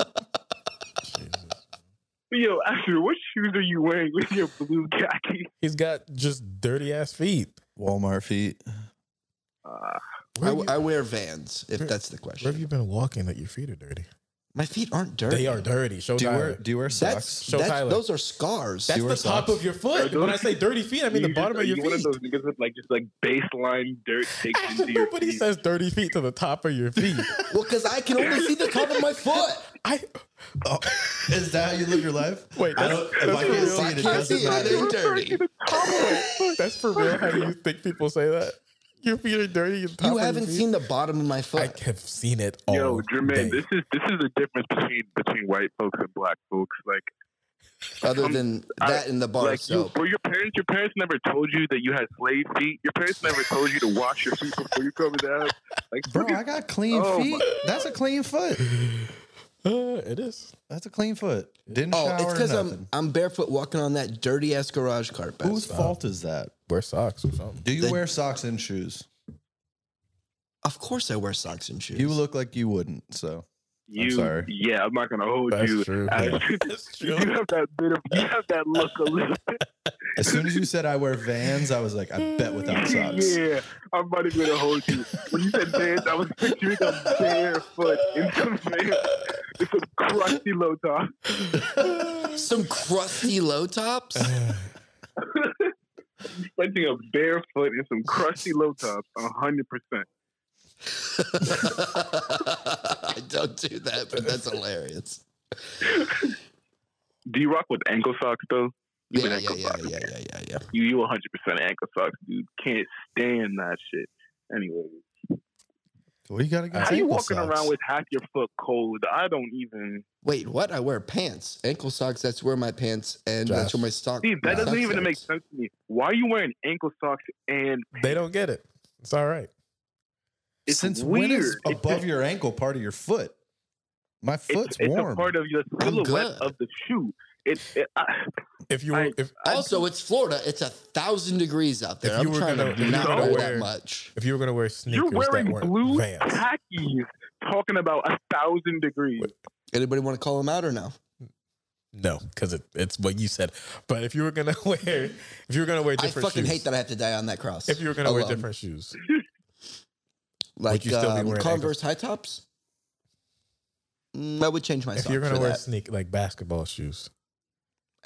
Speaker 4: Yo, Asher, what shoes are you wearing with your blue khaki?
Speaker 2: He's got just dirty ass feet.
Speaker 5: Walmart feet.
Speaker 4: Uh,
Speaker 2: Where,
Speaker 3: I,
Speaker 2: have you,
Speaker 3: I wear Vans, if that's the
Speaker 2: where have
Speaker 3: question.
Speaker 2: you been walking that your feet are dirty?
Speaker 3: My feet aren't dirty.
Speaker 2: They are dirty. Show
Speaker 5: Do you wear
Speaker 2: Tyler.
Speaker 5: do you wear
Speaker 3: That's,
Speaker 5: socks?
Speaker 2: Show
Speaker 3: that's
Speaker 2: Tyler.
Speaker 3: those are scars.
Speaker 2: That's
Speaker 5: you
Speaker 2: the
Speaker 5: wear
Speaker 2: top
Speaker 5: socks?
Speaker 2: of your foot.
Speaker 4: Are
Speaker 2: When I
Speaker 4: those-
Speaker 2: say dirty feet, I mean the
Speaker 4: you just-
Speaker 2: bottom
Speaker 4: are
Speaker 2: of your
Speaker 4: you One of
Speaker 2: feet.
Speaker 4: those niggas with like just like baseline dirt takes into your
Speaker 2: Nobody
Speaker 4: feet.
Speaker 2: says dirty feet to the top of your feet.
Speaker 3: well, because I can only see the top of my foot.
Speaker 2: I
Speaker 5: Is that how you live your life?
Speaker 2: wait.
Speaker 5: I
Speaker 2: That's,
Speaker 5: don't- if I
Speaker 2: for
Speaker 5: can't
Speaker 2: real.
Speaker 5: see it, it
Speaker 3: I can't see
Speaker 5: doesn't
Speaker 3: it.
Speaker 5: matter.
Speaker 3: It ain't
Speaker 4: Referring
Speaker 3: dirty.
Speaker 4: to the top of my foot.
Speaker 2: that's for real. How you think people say that? Your feet are dirty. And top
Speaker 3: You
Speaker 2: of your
Speaker 3: haven't
Speaker 2: feet.
Speaker 3: seen the bottom of my foot.
Speaker 2: I have seen it all.
Speaker 4: Yo,
Speaker 2: day.
Speaker 4: Jermaine, this is this is the difference between between white folks and black folks. Like,
Speaker 3: other
Speaker 4: Um,
Speaker 3: than
Speaker 4: I-
Speaker 3: that and the bar
Speaker 4: like you,
Speaker 3: soap.
Speaker 4: were your parents? Your parents never told you that you had slave feet. Your parents never told you to wash your feet before you cover down. Like,
Speaker 5: Bro,
Speaker 4: look at-
Speaker 5: I got clean
Speaker 4: Oh my-
Speaker 5: feet. That's a clean foot.
Speaker 2: Uh, it is.
Speaker 5: That's a clean foot. Didn't
Speaker 3: Oh,
Speaker 5: shower
Speaker 3: it's because I'm
Speaker 5: nothing.
Speaker 3: I'm barefoot walking on that dirty ass garage carpet.
Speaker 5: Whose fault is that?
Speaker 2: Wear socks or something.
Speaker 5: Do you
Speaker 3: They-
Speaker 5: wear socks and shoes?
Speaker 3: Of course, I wear socks and shoes.
Speaker 5: You look like you wouldn't. So
Speaker 4: you,
Speaker 5: sorry.
Speaker 4: yeah, I'm not gonna hold
Speaker 2: That's
Speaker 4: you.
Speaker 2: true.
Speaker 4: I-
Speaker 2: Yeah.
Speaker 4: you have that bit of you have that look a little bit.
Speaker 5: as soon as you said I wear Vans, I was like, I bet without socks.
Speaker 4: Yeah, I'm not even gonna hold you. When you said dance, I was picturing a barefoot in some bare, in some crusty low top.
Speaker 3: some crusty low tops.
Speaker 4: It's
Speaker 1: reflecting a barefoot in some crusty low tops, hundred percent.
Speaker 3: Don't do that, but that's hilarious.
Speaker 1: Do you rock with ankle socks though? You
Speaker 3: Yeah,
Speaker 1: an
Speaker 3: yeah,
Speaker 1: ankle
Speaker 3: yeah,
Speaker 1: sock.
Speaker 3: yeah, yeah, yeah, yeah.
Speaker 1: You you hundred percent ankle socks, dude. Can't stand that shit. Anyway,
Speaker 5: What do you got against
Speaker 1: how you
Speaker 5: ankle
Speaker 1: walking
Speaker 5: socks?
Speaker 1: around with half your foot cold? I don't even.
Speaker 3: Wait, what? I wear pants, ankle socks. That's where my pants and that's
Speaker 2: Josh.
Speaker 3: where my sock.
Speaker 1: Steve, that
Speaker 3: my
Speaker 1: doesn't
Speaker 3: socks
Speaker 1: even
Speaker 3: are.
Speaker 1: make sense to me. Why are you wearing ankle socks and
Speaker 2: They don't get it. It's all right.
Speaker 1: it's
Speaker 5: Since
Speaker 1: weird?
Speaker 5: when is
Speaker 1: It's
Speaker 5: above
Speaker 1: just-
Speaker 5: your ankle part of your foot? My
Speaker 1: It's,
Speaker 5: foot's
Speaker 1: it's
Speaker 5: warm.
Speaker 1: a part of your
Speaker 3: I'm
Speaker 1: silhouette
Speaker 3: good.
Speaker 1: of the shoe. It's it, I,
Speaker 2: If you
Speaker 1: I-
Speaker 2: were, if
Speaker 3: Also, it's Florida. It's a thousand degrees out there.
Speaker 2: If you
Speaker 3: I'm
Speaker 2: were
Speaker 3: trying
Speaker 2: gonna- if
Speaker 3: to
Speaker 2: you
Speaker 3: not
Speaker 1: were
Speaker 3: wear
Speaker 1: gonna
Speaker 2: wear-
Speaker 3: that much.
Speaker 2: if you were gonna wear
Speaker 1: you're
Speaker 2: sneakers
Speaker 1: wearing
Speaker 2: that weren't
Speaker 1: blue
Speaker 2: Vans,
Speaker 1: khakis, talking about a thousand degrees.
Speaker 3: Anybody want to call him out or no?
Speaker 2: no, because it, it's what you said. But if you were gonna wear, if you were gonna wear
Speaker 3: I
Speaker 2: different
Speaker 3: fucking
Speaker 2: shoes,
Speaker 3: hate that I have to die on that cross.
Speaker 2: if you were gonna wear
Speaker 3: Alone.
Speaker 2: different shoes,
Speaker 3: like
Speaker 2: you still be
Speaker 3: um,
Speaker 2: wearing
Speaker 3: Converse high tops, mm, I would change my
Speaker 2: if
Speaker 3: socks
Speaker 2: you're gonna
Speaker 3: for
Speaker 2: wear
Speaker 3: that.
Speaker 2: sneak like basketball shoes,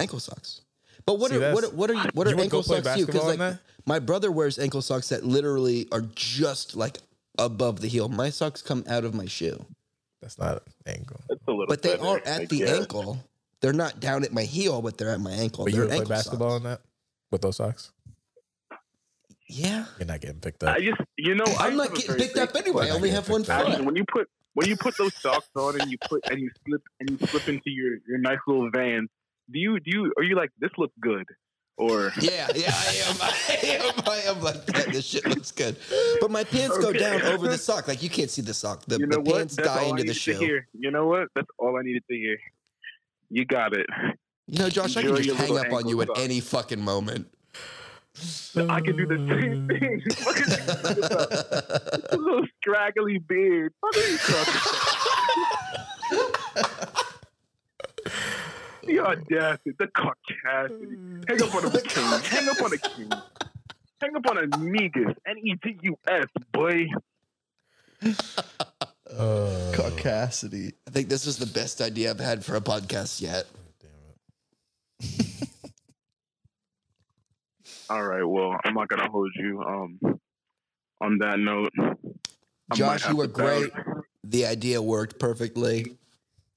Speaker 3: ankle socks. But what
Speaker 2: See,
Speaker 3: are,
Speaker 2: that's-
Speaker 3: what are what are you- what
Speaker 2: you
Speaker 3: are
Speaker 2: would
Speaker 3: ankle
Speaker 2: go play
Speaker 3: socks to you? Because
Speaker 2: basketball in
Speaker 3: like
Speaker 2: that?
Speaker 3: my brother wears ankle socks that literally are just like above the heel. My socks come out of my shoe.
Speaker 2: that's not an ankle.
Speaker 1: That's a little.
Speaker 3: but they
Speaker 1: better,
Speaker 3: are
Speaker 1: I
Speaker 3: at the
Speaker 1: guess.
Speaker 3: ankle. They're not down at my heel, but they're at my ankle.
Speaker 2: But you
Speaker 3: They're
Speaker 2: would play
Speaker 3: ankle
Speaker 2: basketball
Speaker 3: socks.
Speaker 2: in that with those socks.
Speaker 3: Yeah,
Speaker 2: You're not getting picked up.
Speaker 1: I just, you know, I have
Speaker 3: I'm not
Speaker 1: a
Speaker 3: getting
Speaker 1: very
Speaker 3: picked up
Speaker 1: big-
Speaker 3: anyway. I
Speaker 2: You're not
Speaker 3: only
Speaker 2: getting
Speaker 3: have one
Speaker 2: picked up.
Speaker 3: foot.
Speaker 1: Ashton, when you put when you put those socks on and you put and you slip and you slip into your your nice little van, do you do you are you like this looks good or
Speaker 3: Yeah, yeah, I am. I am. I am like that. This shit looks good, but my pants go
Speaker 1: Okay.
Speaker 3: down over the sock. Like you can't see the sock. The,
Speaker 1: you know
Speaker 3: the
Speaker 1: what?
Speaker 3: pants die
Speaker 1: all I
Speaker 3: into the
Speaker 1: needed to
Speaker 3: shoe.
Speaker 1: hear. You know what? That's all I needed to hear. You got it.
Speaker 3: You know, Josh, I can
Speaker 1: Enjoy
Speaker 3: just
Speaker 1: your
Speaker 3: hang
Speaker 1: little
Speaker 3: up on
Speaker 1: ankle
Speaker 3: you at
Speaker 1: sock.
Speaker 3: any fucking moment.
Speaker 1: I could do the same thing. Look at you with a little scraggly beard. What are you talking about? The audacity, the caucasity. Hang up on a king. Hang up on a king. Hang up on a negus. N E T U S, boy.
Speaker 2: Oh, damn
Speaker 5: Caucasity.
Speaker 3: I think this is the best idea I've had for a podcast yet.
Speaker 2: it.
Speaker 1: All right, well, I'm not going to hold you. Um, On that note, I might
Speaker 3: Josh, you
Speaker 1: have
Speaker 3: were
Speaker 1: to bounce.
Speaker 3: great. The idea worked perfectly.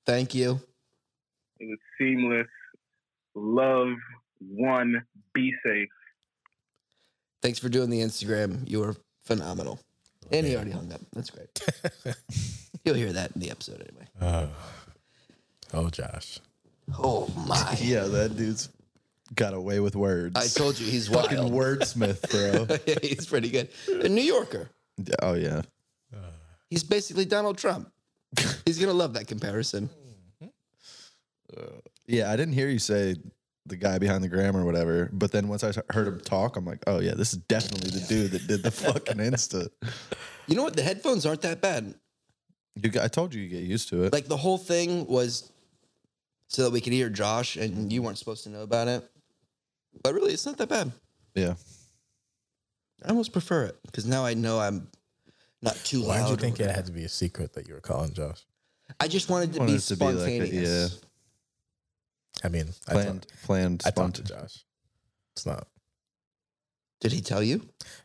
Speaker 3: Thank you.
Speaker 1: It was seamless. Love, one, be safe.
Speaker 3: Thanks for doing the Instagram. You were phenomenal. And he already hung up. That's great. You'll hear that in the episode anyway.
Speaker 2: Oh. oh, Josh.
Speaker 3: Oh my.
Speaker 5: Yeah, that dude's got away with words.
Speaker 3: I told you he's
Speaker 5: fucking
Speaker 3: wild.
Speaker 5: wordsmith, bro.
Speaker 3: he's pretty good. A New Yorker.
Speaker 5: oh yeah.
Speaker 3: He's basically Donald Trump. He's gonna love that comparison.
Speaker 5: Yeah, I didn't hear you say the guy behind the gram or whatever, but then once I heard him talk, I'm like, oh yeah, this is definitely the dude that did the fucking Insta.
Speaker 3: You know what? The headphones aren't that bad.
Speaker 5: You, g- I told you you get used to it.
Speaker 3: Like the whole thing was so that we could hear Josh and you weren't supposed to know about it. But really, it's not that bad.
Speaker 5: yeah.
Speaker 3: I almost prefer it because now I know I'm not too
Speaker 2: Why
Speaker 3: loud.
Speaker 2: did you
Speaker 3: or
Speaker 2: think it
Speaker 3: whatever.
Speaker 2: had to be a secret that you were calling Josh?
Speaker 3: I just wanted to
Speaker 5: Wanted
Speaker 3: be
Speaker 5: it to be like that,
Speaker 3: spontaneous.
Speaker 2: I mean, I
Speaker 5: Planned,
Speaker 2: talked,
Speaker 5: planned,
Speaker 2: I talked to
Speaker 5: spontan-
Speaker 2: Josh. It's not.
Speaker 3: Did he tell you?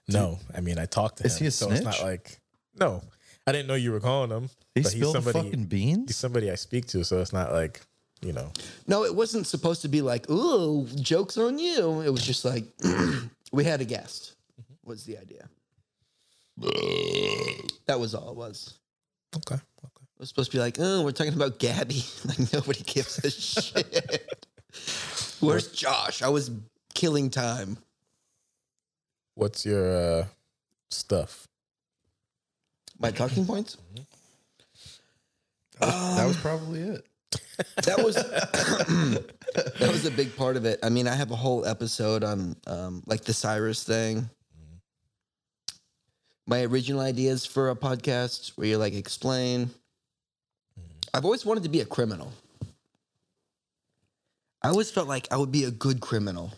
Speaker 2: No, I mean, I talked to
Speaker 5: Is
Speaker 2: him.
Speaker 5: he a
Speaker 2: so it's not
Speaker 5: snitch?
Speaker 2: like, no, I didn't know you were calling him.
Speaker 5: He
Speaker 2: But he's
Speaker 5: spilled the
Speaker 2: somebody-
Speaker 5: fucking
Speaker 2: He's
Speaker 5: beans.
Speaker 2: somebody I speak to, so it's not like, you know,
Speaker 3: No, it wasn't supposed to be like, ooh, jokes on you. It was just like, we had a guest, was the idea. that was all it was.
Speaker 2: okay.
Speaker 3: It was supposed to be like, oh, we're talking about Gabby. like, nobody gives a shit. Where's Josh? I was killing time.
Speaker 2: What's your uh, stuff?
Speaker 3: My talking points?
Speaker 5: that was probably it.
Speaker 3: That was that was a big part of it. I mean, I have a whole episode on um, like the Cyrus thing. My original ideas for a podcast where you like explain. I've always wanted to be a criminal. I always felt like I would be a good criminal.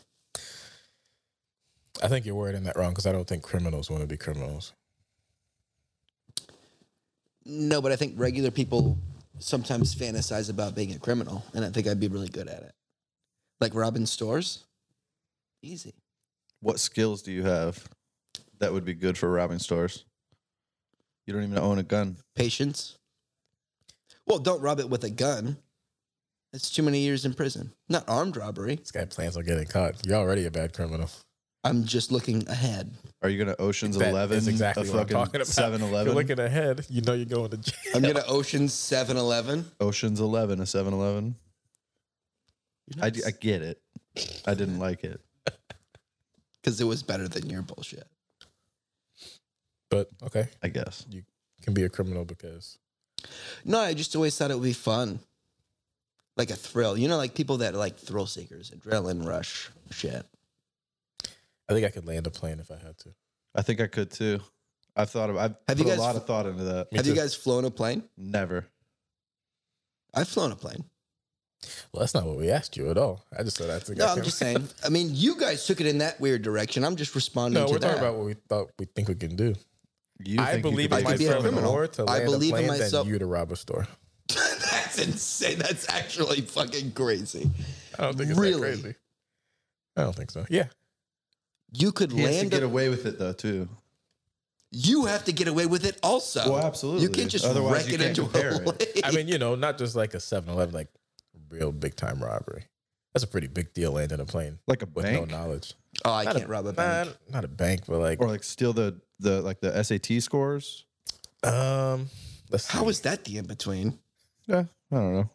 Speaker 2: I think you're wording that wrong because I don't think criminals want to be criminals.
Speaker 3: No, but I think regular people sometimes fantasize about being a criminal, and I think I'd be really good at it. Like robbing stores, easy.
Speaker 5: What skills do you have that would be good for robbing stores? You don't even own a gun.
Speaker 3: Patience. Well, don't rob it with a gun. That's too many years in prison. Not armed robbery.
Speaker 2: This guy plans on getting caught. You're already a bad criminal.
Speaker 3: I'm just looking ahead.
Speaker 5: Are you gonna Ocean's
Speaker 2: That is
Speaker 5: Eleven?
Speaker 2: exactly
Speaker 5: a
Speaker 2: what I'm
Speaker 5: fucking
Speaker 2: talking about. If
Speaker 5: Seven
Speaker 2: you're
Speaker 5: Eleven.
Speaker 2: looking ahead, you know you're going to jail.
Speaker 3: I'm gonna Ocean 7-Eleven.
Speaker 5: Ocean's Eleven. A Seven Eleven. I, d- I get it. I didn't like it.
Speaker 3: because it was better than your bullshit.
Speaker 2: But okay,
Speaker 5: I guess.
Speaker 2: can be a criminal because
Speaker 3: No, I just always thought it would be fun, like a thrill. You know, like people that like thrill seekers, adrenaline rush shit.
Speaker 2: I think I could land a plane if I had to.
Speaker 5: I think I could too. I've thought of. I've
Speaker 3: Have
Speaker 5: put
Speaker 3: you guys
Speaker 5: a lot
Speaker 3: f-
Speaker 5: of thought into that.
Speaker 2: Me
Speaker 3: Have you
Speaker 2: too.
Speaker 3: guys flown a plane?
Speaker 5: Never.
Speaker 3: I've flown a plane.
Speaker 2: Well, that's not what we asked you at all. I just said I think.
Speaker 3: No,
Speaker 2: I
Speaker 3: I'm
Speaker 2: can-
Speaker 3: just saying. I mean, you guys took it in that weird direction. I'm just responding
Speaker 2: No,
Speaker 3: to
Speaker 2: we're
Speaker 3: that.
Speaker 2: talking about what we thought we think we can do.
Speaker 5: You
Speaker 2: I
Speaker 5: think you
Speaker 2: believe
Speaker 5: could
Speaker 2: in
Speaker 5: be a
Speaker 3: could be a
Speaker 2: myself
Speaker 3: criminal.
Speaker 2: more to
Speaker 3: I
Speaker 2: land
Speaker 3: believe in
Speaker 2: a plane
Speaker 3: myself-
Speaker 2: than you to rob a store.
Speaker 3: That's insane. That's actually fucking crazy.
Speaker 2: I don't think it's
Speaker 3: Really?
Speaker 2: that crazy. I don't think so. Yeah,
Speaker 3: You could
Speaker 5: He has to
Speaker 3: land.
Speaker 5: get
Speaker 3: A,
Speaker 5: away with it though too.
Speaker 3: you have to get away with it also.
Speaker 5: Well, absolutely.
Speaker 3: You can't just
Speaker 5: Otherwise,
Speaker 3: wreck
Speaker 5: you
Speaker 3: it
Speaker 5: can't
Speaker 3: into
Speaker 5: compare
Speaker 3: a
Speaker 5: it.
Speaker 3: lake.
Speaker 2: I mean, you know, not just like a 7-Eleven, like real big time robbery. That's a pretty big deal landing a plane
Speaker 5: like a
Speaker 2: with
Speaker 5: bank
Speaker 2: no knowledge.
Speaker 3: oh, I
Speaker 2: not
Speaker 3: can't rob a bank.
Speaker 2: Not, not a bank, but like
Speaker 5: or like steal the the like the SAT scores.
Speaker 2: um. Let's
Speaker 3: How
Speaker 2: see.
Speaker 3: is that the in between?
Speaker 5: Yeah, I don't know.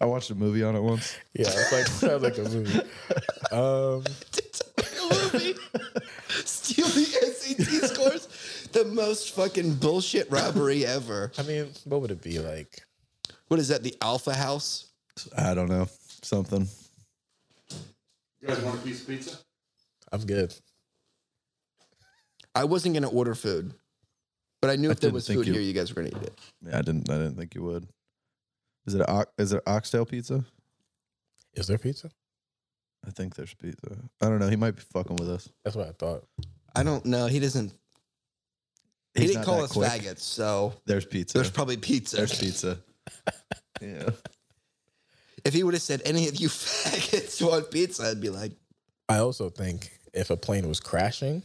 Speaker 5: I watched a movie on it once.
Speaker 2: Yeah, it's like sounds like a movie. Um,
Speaker 3: It's a movie. Steal the SAT scores. The most fucking bullshit robbery ever.
Speaker 2: I mean, what would it be like?
Speaker 3: What is that? The Alpha House?
Speaker 5: I don't know something.
Speaker 6: You guys want a piece of pizza?
Speaker 2: I'm good.
Speaker 3: I wasn't gonna order food, but I knew
Speaker 5: I
Speaker 3: if there
Speaker 5: didn't
Speaker 3: was
Speaker 5: think
Speaker 3: food
Speaker 5: you-
Speaker 3: here, you guys were gonna eat it.
Speaker 5: Yeah, I didn't. I didn't think you would. Is it ox, is it oxtail pizza?
Speaker 2: Is there pizza?
Speaker 5: I think there's pizza. I don't know. He might be fucking with us.
Speaker 2: That's what I thought.
Speaker 3: I don't know. He doesn't. He
Speaker 5: He's
Speaker 3: didn't
Speaker 5: not
Speaker 3: call
Speaker 5: that
Speaker 3: us
Speaker 5: quick.
Speaker 3: faggots, so
Speaker 5: There's pizza.
Speaker 3: there's
Speaker 5: There's,
Speaker 3: probably pizza.
Speaker 5: pizza. yeah.
Speaker 3: if he would have said any of you faggots want pizza, I'd be like,
Speaker 2: I also think if a plane was crashing,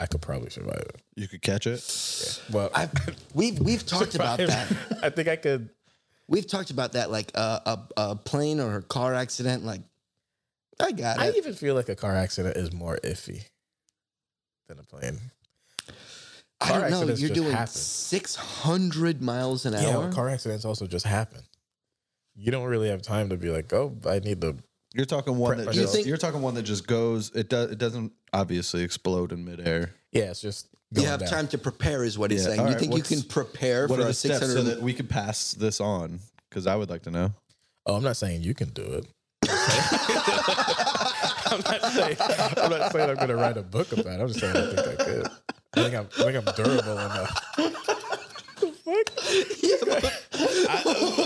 Speaker 2: I could probably survive it.
Speaker 5: You could catch it.
Speaker 2: Well,
Speaker 3: I, we've we've talked about that.
Speaker 2: I think I could.
Speaker 3: We've talked about that, like uh, a a plane or a car accident. Like, I got
Speaker 2: I
Speaker 3: it.
Speaker 2: even feel like a car accident is more iffy than a plane.
Speaker 3: I
Speaker 2: Car
Speaker 3: don't know.
Speaker 2: accidents
Speaker 3: You're
Speaker 2: just
Speaker 3: doing
Speaker 2: happen.
Speaker 3: 600 miles an
Speaker 2: Yeah,
Speaker 3: hour.
Speaker 2: well, car accidents also just happen. You don't really have time to be like, oh, I need to.
Speaker 5: You're talking one
Speaker 2: Prep
Speaker 5: that
Speaker 2: myself.
Speaker 5: just,
Speaker 3: You think-
Speaker 5: you're talking one that just goes. It does. It doesn't obviously explode in midair.
Speaker 2: Yeah, it's just.
Speaker 3: you
Speaker 2: Going
Speaker 3: have
Speaker 2: down.
Speaker 3: time to prepare, is what he's
Speaker 5: Yeah,
Speaker 3: saying.
Speaker 5: all
Speaker 3: you
Speaker 5: right,
Speaker 3: think you
Speaker 5: what's-
Speaker 3: can prepare
Speaker 5: What
Speaker 3: for
Speaker 5: are
Speaker 3: a
Speaker 5: the steps
Speaker 3: 600?
Speaker 5: so that we could pass this on? Because I would like to know.
Speaker 2: Oh, I'm not saying you can do it. I'm not saying I'm not saying I'm gonna write a book about it. I'm just saying I think I could. I think I'm, I think I'm durable enough.
Speaker 5: I,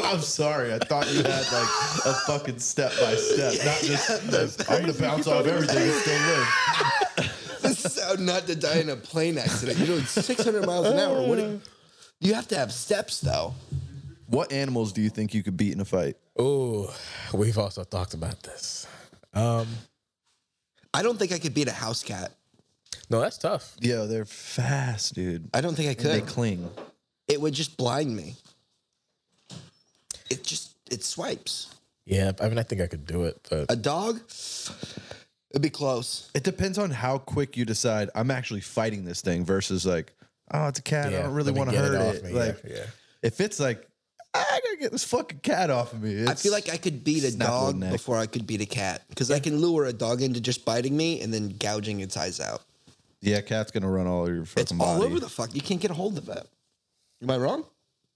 Speaker 5: I'm sorry. I thought you had like a fucking step by step, not just I'm gonna bounce off everything and still live.
Speaker 3: this is how not to die in a plane accident. You're doing 600 miles an hour. What do- you have to have steps, though.
Speaker 5: What animals do you think you could beat in a fight?
Speaker 2: Ooh, we've also talked about this. Um,
Speaker 3: I don't think I could beat a house cat.
Speaker 2: no, that's tough.
Speaker 5: Yo, they're fast, dude.
Speaker 3: I don't think I
Speaker 5: They
Speaker 3: could.
Speaker 5: cling.
Speaker 3: It would just blind me. It just, it swipes.
Speaker 2: Yeah, I mean, I think I could do it, but
Speaker 3: A dog, it'd be close.
Speaker 5: It depends on how quick you decide I'm actually fighting this thing versus like, oh, it's a cat.
Speaker 2: yeah,
Speaker 5: I don't really
Speaker 2: let me
Speaker 5: want to
Speaker 2: get
Speaker 5: hurt
Speaker 2: off
Speaker 5: it.
Speaker 2: me.
Speaker 5: Like,
Speaker 2: yeah, yeah.
Speaker 5: if it's like, I gotta get this fucking cat off of me.
Speaker 3: I feel like I could beat a
Speaker 5: snap a
Speaker 3: dog
Speaker 5: neck.
Speaker 3: before I could beat a cat because I can lure a dog into just biting me and then gouging its eyes out.
Speaker 5: yeah, cat's gonna run all over your fucking
Speaker 3: It's
Speaker 5: body.
Speaker 3: all over the fuck. You can't get a hold of it. Am I wrong?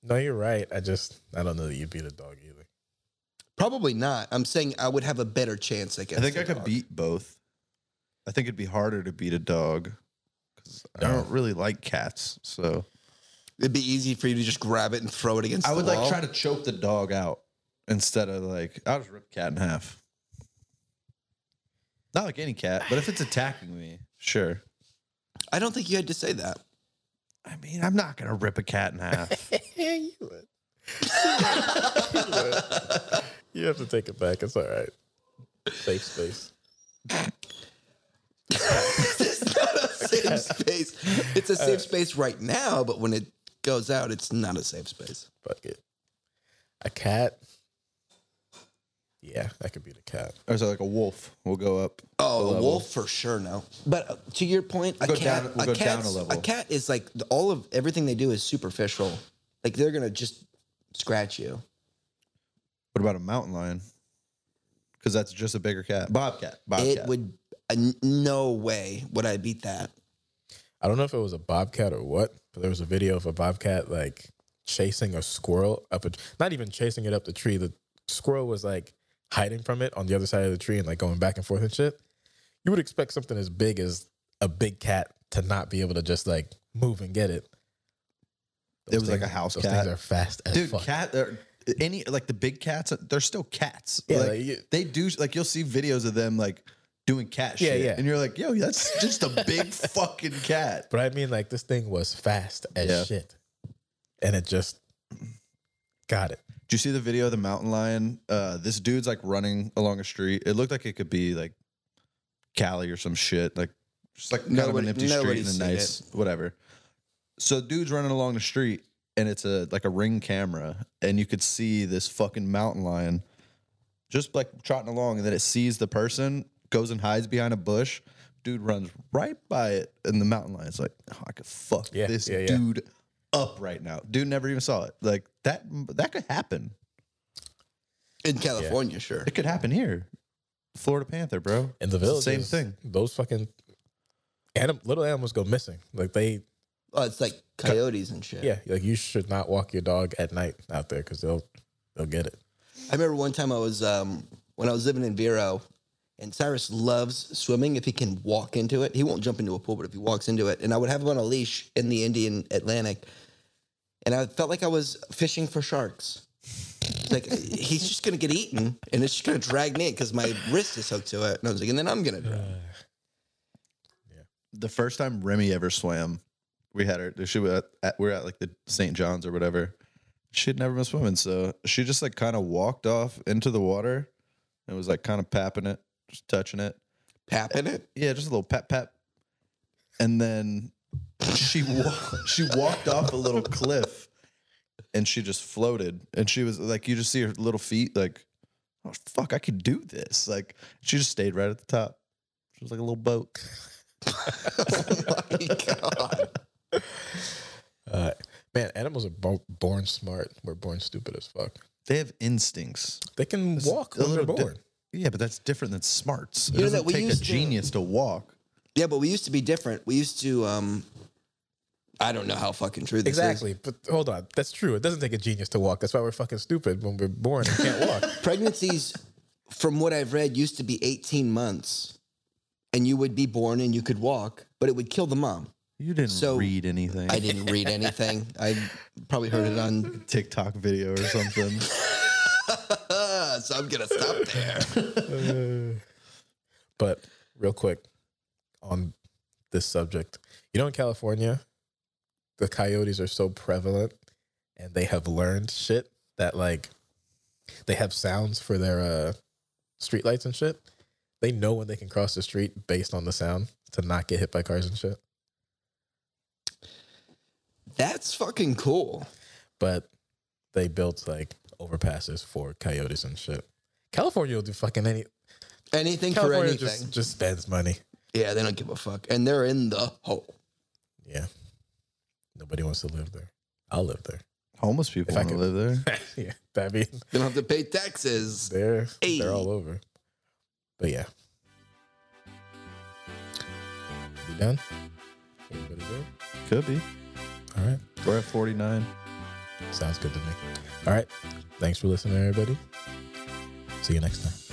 Speaker 2: No, you're right. I just I don't know that you beat a dog either.
Speaker 3: Probably not. I'm saying I would have a better chance against.
Speaker 5: I think
Speaker 3: a
Speaker 5: I could
Speaker 3: dog.
Speaker 5: beat both. I think it'd be harder to beat a dog because I don't really like cats. So
Speaker 3: It'd be easy for you to just grab it and throw it against.
Speaker 5: I would
Speaker 3: the
Speaker 5: like
Speaker 3: wall.
Speaker 5: try to choke the dog out instead of like I'll just rip the cat in half. Not like any cat, but if it's attacking me, sure.
Speaker 3: I don't think you had to say that.
Speaker 5: I mean, I'm not gonna rip a cat in half.
Speaker 2: Yeah, you would. you have to take it back. It's all right. Safe space.
Speaker 3: this is not a safe space. It's a safe space right now, but when it goes out, it's not a safe space.
Speaker 2: Fuck it. A cat. Yeah, that could be the cat.
Speaker 5: Or is it like a wolf? We'll go up.
Speaker 3: Oh, a
Speaker 5: level.
Speaker 3: wolf for sure. No, but uh, to your point, a
Speaker 5: We'll go
Speaker 3: cat,
Speaker 5: down- we'll
Speaker 3: a,
Speaker 5: go down a
Speaker 3: cat's- a
Speaker 5: level.
Speaker 3: cat is like the- all of everything they do is superficial. Like they're gonna just scratch you.
Speaker 5: What about a mountain lion? Because that's just a bigger cat. Bobcat. Bobcat.
Speaker 3: It would uh, n- no way would I beat that.
Speaker 2: I don't know if it was a bobcat or what, but there was a video of a bobcat like chasing a squirrel up a not even chasing it up the tree. The squirrel was like hiding from it on the other side of the tree and like going back and forth and shit. You would expect something as big as a big cat to not be able to just like move and get it.
Speaker 5: It was like a house
Speaker 2: those
Speaker 5: cat.
Speaker 2: Things are fast as
Speaker 5: Dude,
Speaker 2: fuck.
Speaker 5: cat. They're, any like the big cats, they're still cats.
Speaker 2: Yeah,
Speaker 5: like,
Speaker 2: like, you-
Speaker 5: they do. Like you'll see videos of them like doing cat
Speaker 2: Yeah,
Speaker 5: shit,
Speaker 2: yeah.
Speaker 5: and you're like, yo, that's just a big fucking cat.
Speaker 2: But I mean, like this thing was fast as
Speaker 5: Yeah.
Speaker 2: shit, and it just got it.
Speaker 5: Do you see the video of the mountain lion? Uh, this dude's like running along a street. It looked like it could be like Cali or some shit, like just like kind of an
Speaker 3: Nobody-
Speaker 5: empty street
Speaker 3: nobody's
Speaker 5: and a
Speaker 3: seen
Speaker 5: nice whatever. So dude's running along the street, and it's a like a ring camera, and you could see this fucking mountain lion just like trotting along, and then it sees the person, goes and hides behind a bush. Dude runs right by it, and the mountain lion's like, oh, I could fuck
Speaker 2: Yeah,
Speaker 5: this
Speaker 2: yeah, yeah.
Speaker 5: dude up right now. Dude never even saw it. Like that, that could happen.
Speaker 3: In California, sure.
Speaker 5: It could happen here. Florida Panther, bro.
Speaker 2: In the
Speaker 5: It's the
Speaker 2: village,
Speaker 5: same thing.
Speaker 2: Those fucking anim- little animals go missing. Like they,
Speaker 3: Oh, it's like coyotes and shit.
Speaker 2: yeah. Like you should not walk your dog at night out there because they'll they'll get it.
Speaker 3: I remember one time I was um, when I was living in Vero, and Cyrus loves swimming. If he can walk into it, he won't jump into a pool, but if he walks into it, and I would have him on a leash in the Indian Atlantic, and I felt like I was fishing for sharks. It's Like he's just gonna get eaten, and it's just gonna drag me because my wrist is hooked to it, and I was like, and then I'm gonna drown.
Speaker 5: The first time Remy ever swam, we had her. She was at, we were at like the St. John's or whatever. She had never been swimming, so she just like kind of walked off into the water and was like kind of papping it, just touching it.
Speaker 3: Papping it.
Speaker 5: Yeah, just a little pap pap. And then she wa- she walked off a little cliff, and she just floated. And she was like, you just see her little feet, like, oh fuck, I could do this. Like she just stayed right at the top. She was like a little boat.
Speaker 3: oh my god!
Speaker 2: Uh, man, animals are bo- born smart. We're born stupid as fuck.
Speaker 5: They have instincts.
Speaker 2: They can
Speaker 5: It's
Speaker 2: walk
Speaker 5: a
Speaker 2: when they're
Speaker 5: little di-
Speaker 2: born.
Speaker 5: Yeah, but that's different than smarts. It
Speaker 3: You know
Speaker 5: doesn't
Speaker 3: that we
Speaker 5: take a
Speaker 3: used to-
Speaker 5: genius to walk.
Speaker 3: Yeah, but we used to be different. We used to. um I don't know how fucking true this is.
Speaker 2: Exactly, but hold on, that's true. It doesn't take a genius to walk. That's why we're fucking stupid when we're born and can't walk.
Speaker 3: pregnancies, from what I've read, used to be 18 months, and you would be born and you could walk, but it would kill the mom.
Speaker 5: You didn't
Speaker 3: So,
Speaker 5: read anything.
Speaker 3: I didn't read anything. I probably heard it on.
Speaker 5: TikTok video or something.
Speaker 3: so I'm gonna stop there.
Speaker 2: Uh. But real quick on this subject, you know, in California, the coyotes are so prevalent and they have learned shit that like they have sounds for their uh streetlights and shit. They know when they can cross the street based on the sound to not get hit by cars and shit.
Speaker 3: That's fucking cool.
Speaker 2: But they built like overpasses for coyotes and shit. California will do fucking any
Speaker 3: Anything for
Speaker 2: California
Speaker 3: anything.
Speaker 2: just just spends money.
Speaker 3: Yeah, they don't give a fuck, and they're in the hole.
Speaker 2: Yeah. Nobody wants to live there. I'll live there.
Speaker 5: Homeless people
Speaker 2: If I
Speaker 5: want to
Speaker 2: could-
Speaker 5: live there.
Speaker 2: yeah, that means
Speaker 3: They don't have to pay taxes.
Speaker 2: they're
Speaker 3: Hey.
Speaker 2: they're all over. But yeah, we done. Everybody good?
Speaker 5: Could be.
Speaker 2: All right,
Speaker 5: We're at 49.
Speaker 2: sounds good to me. All right, thanks for listening, everybody. See you next time.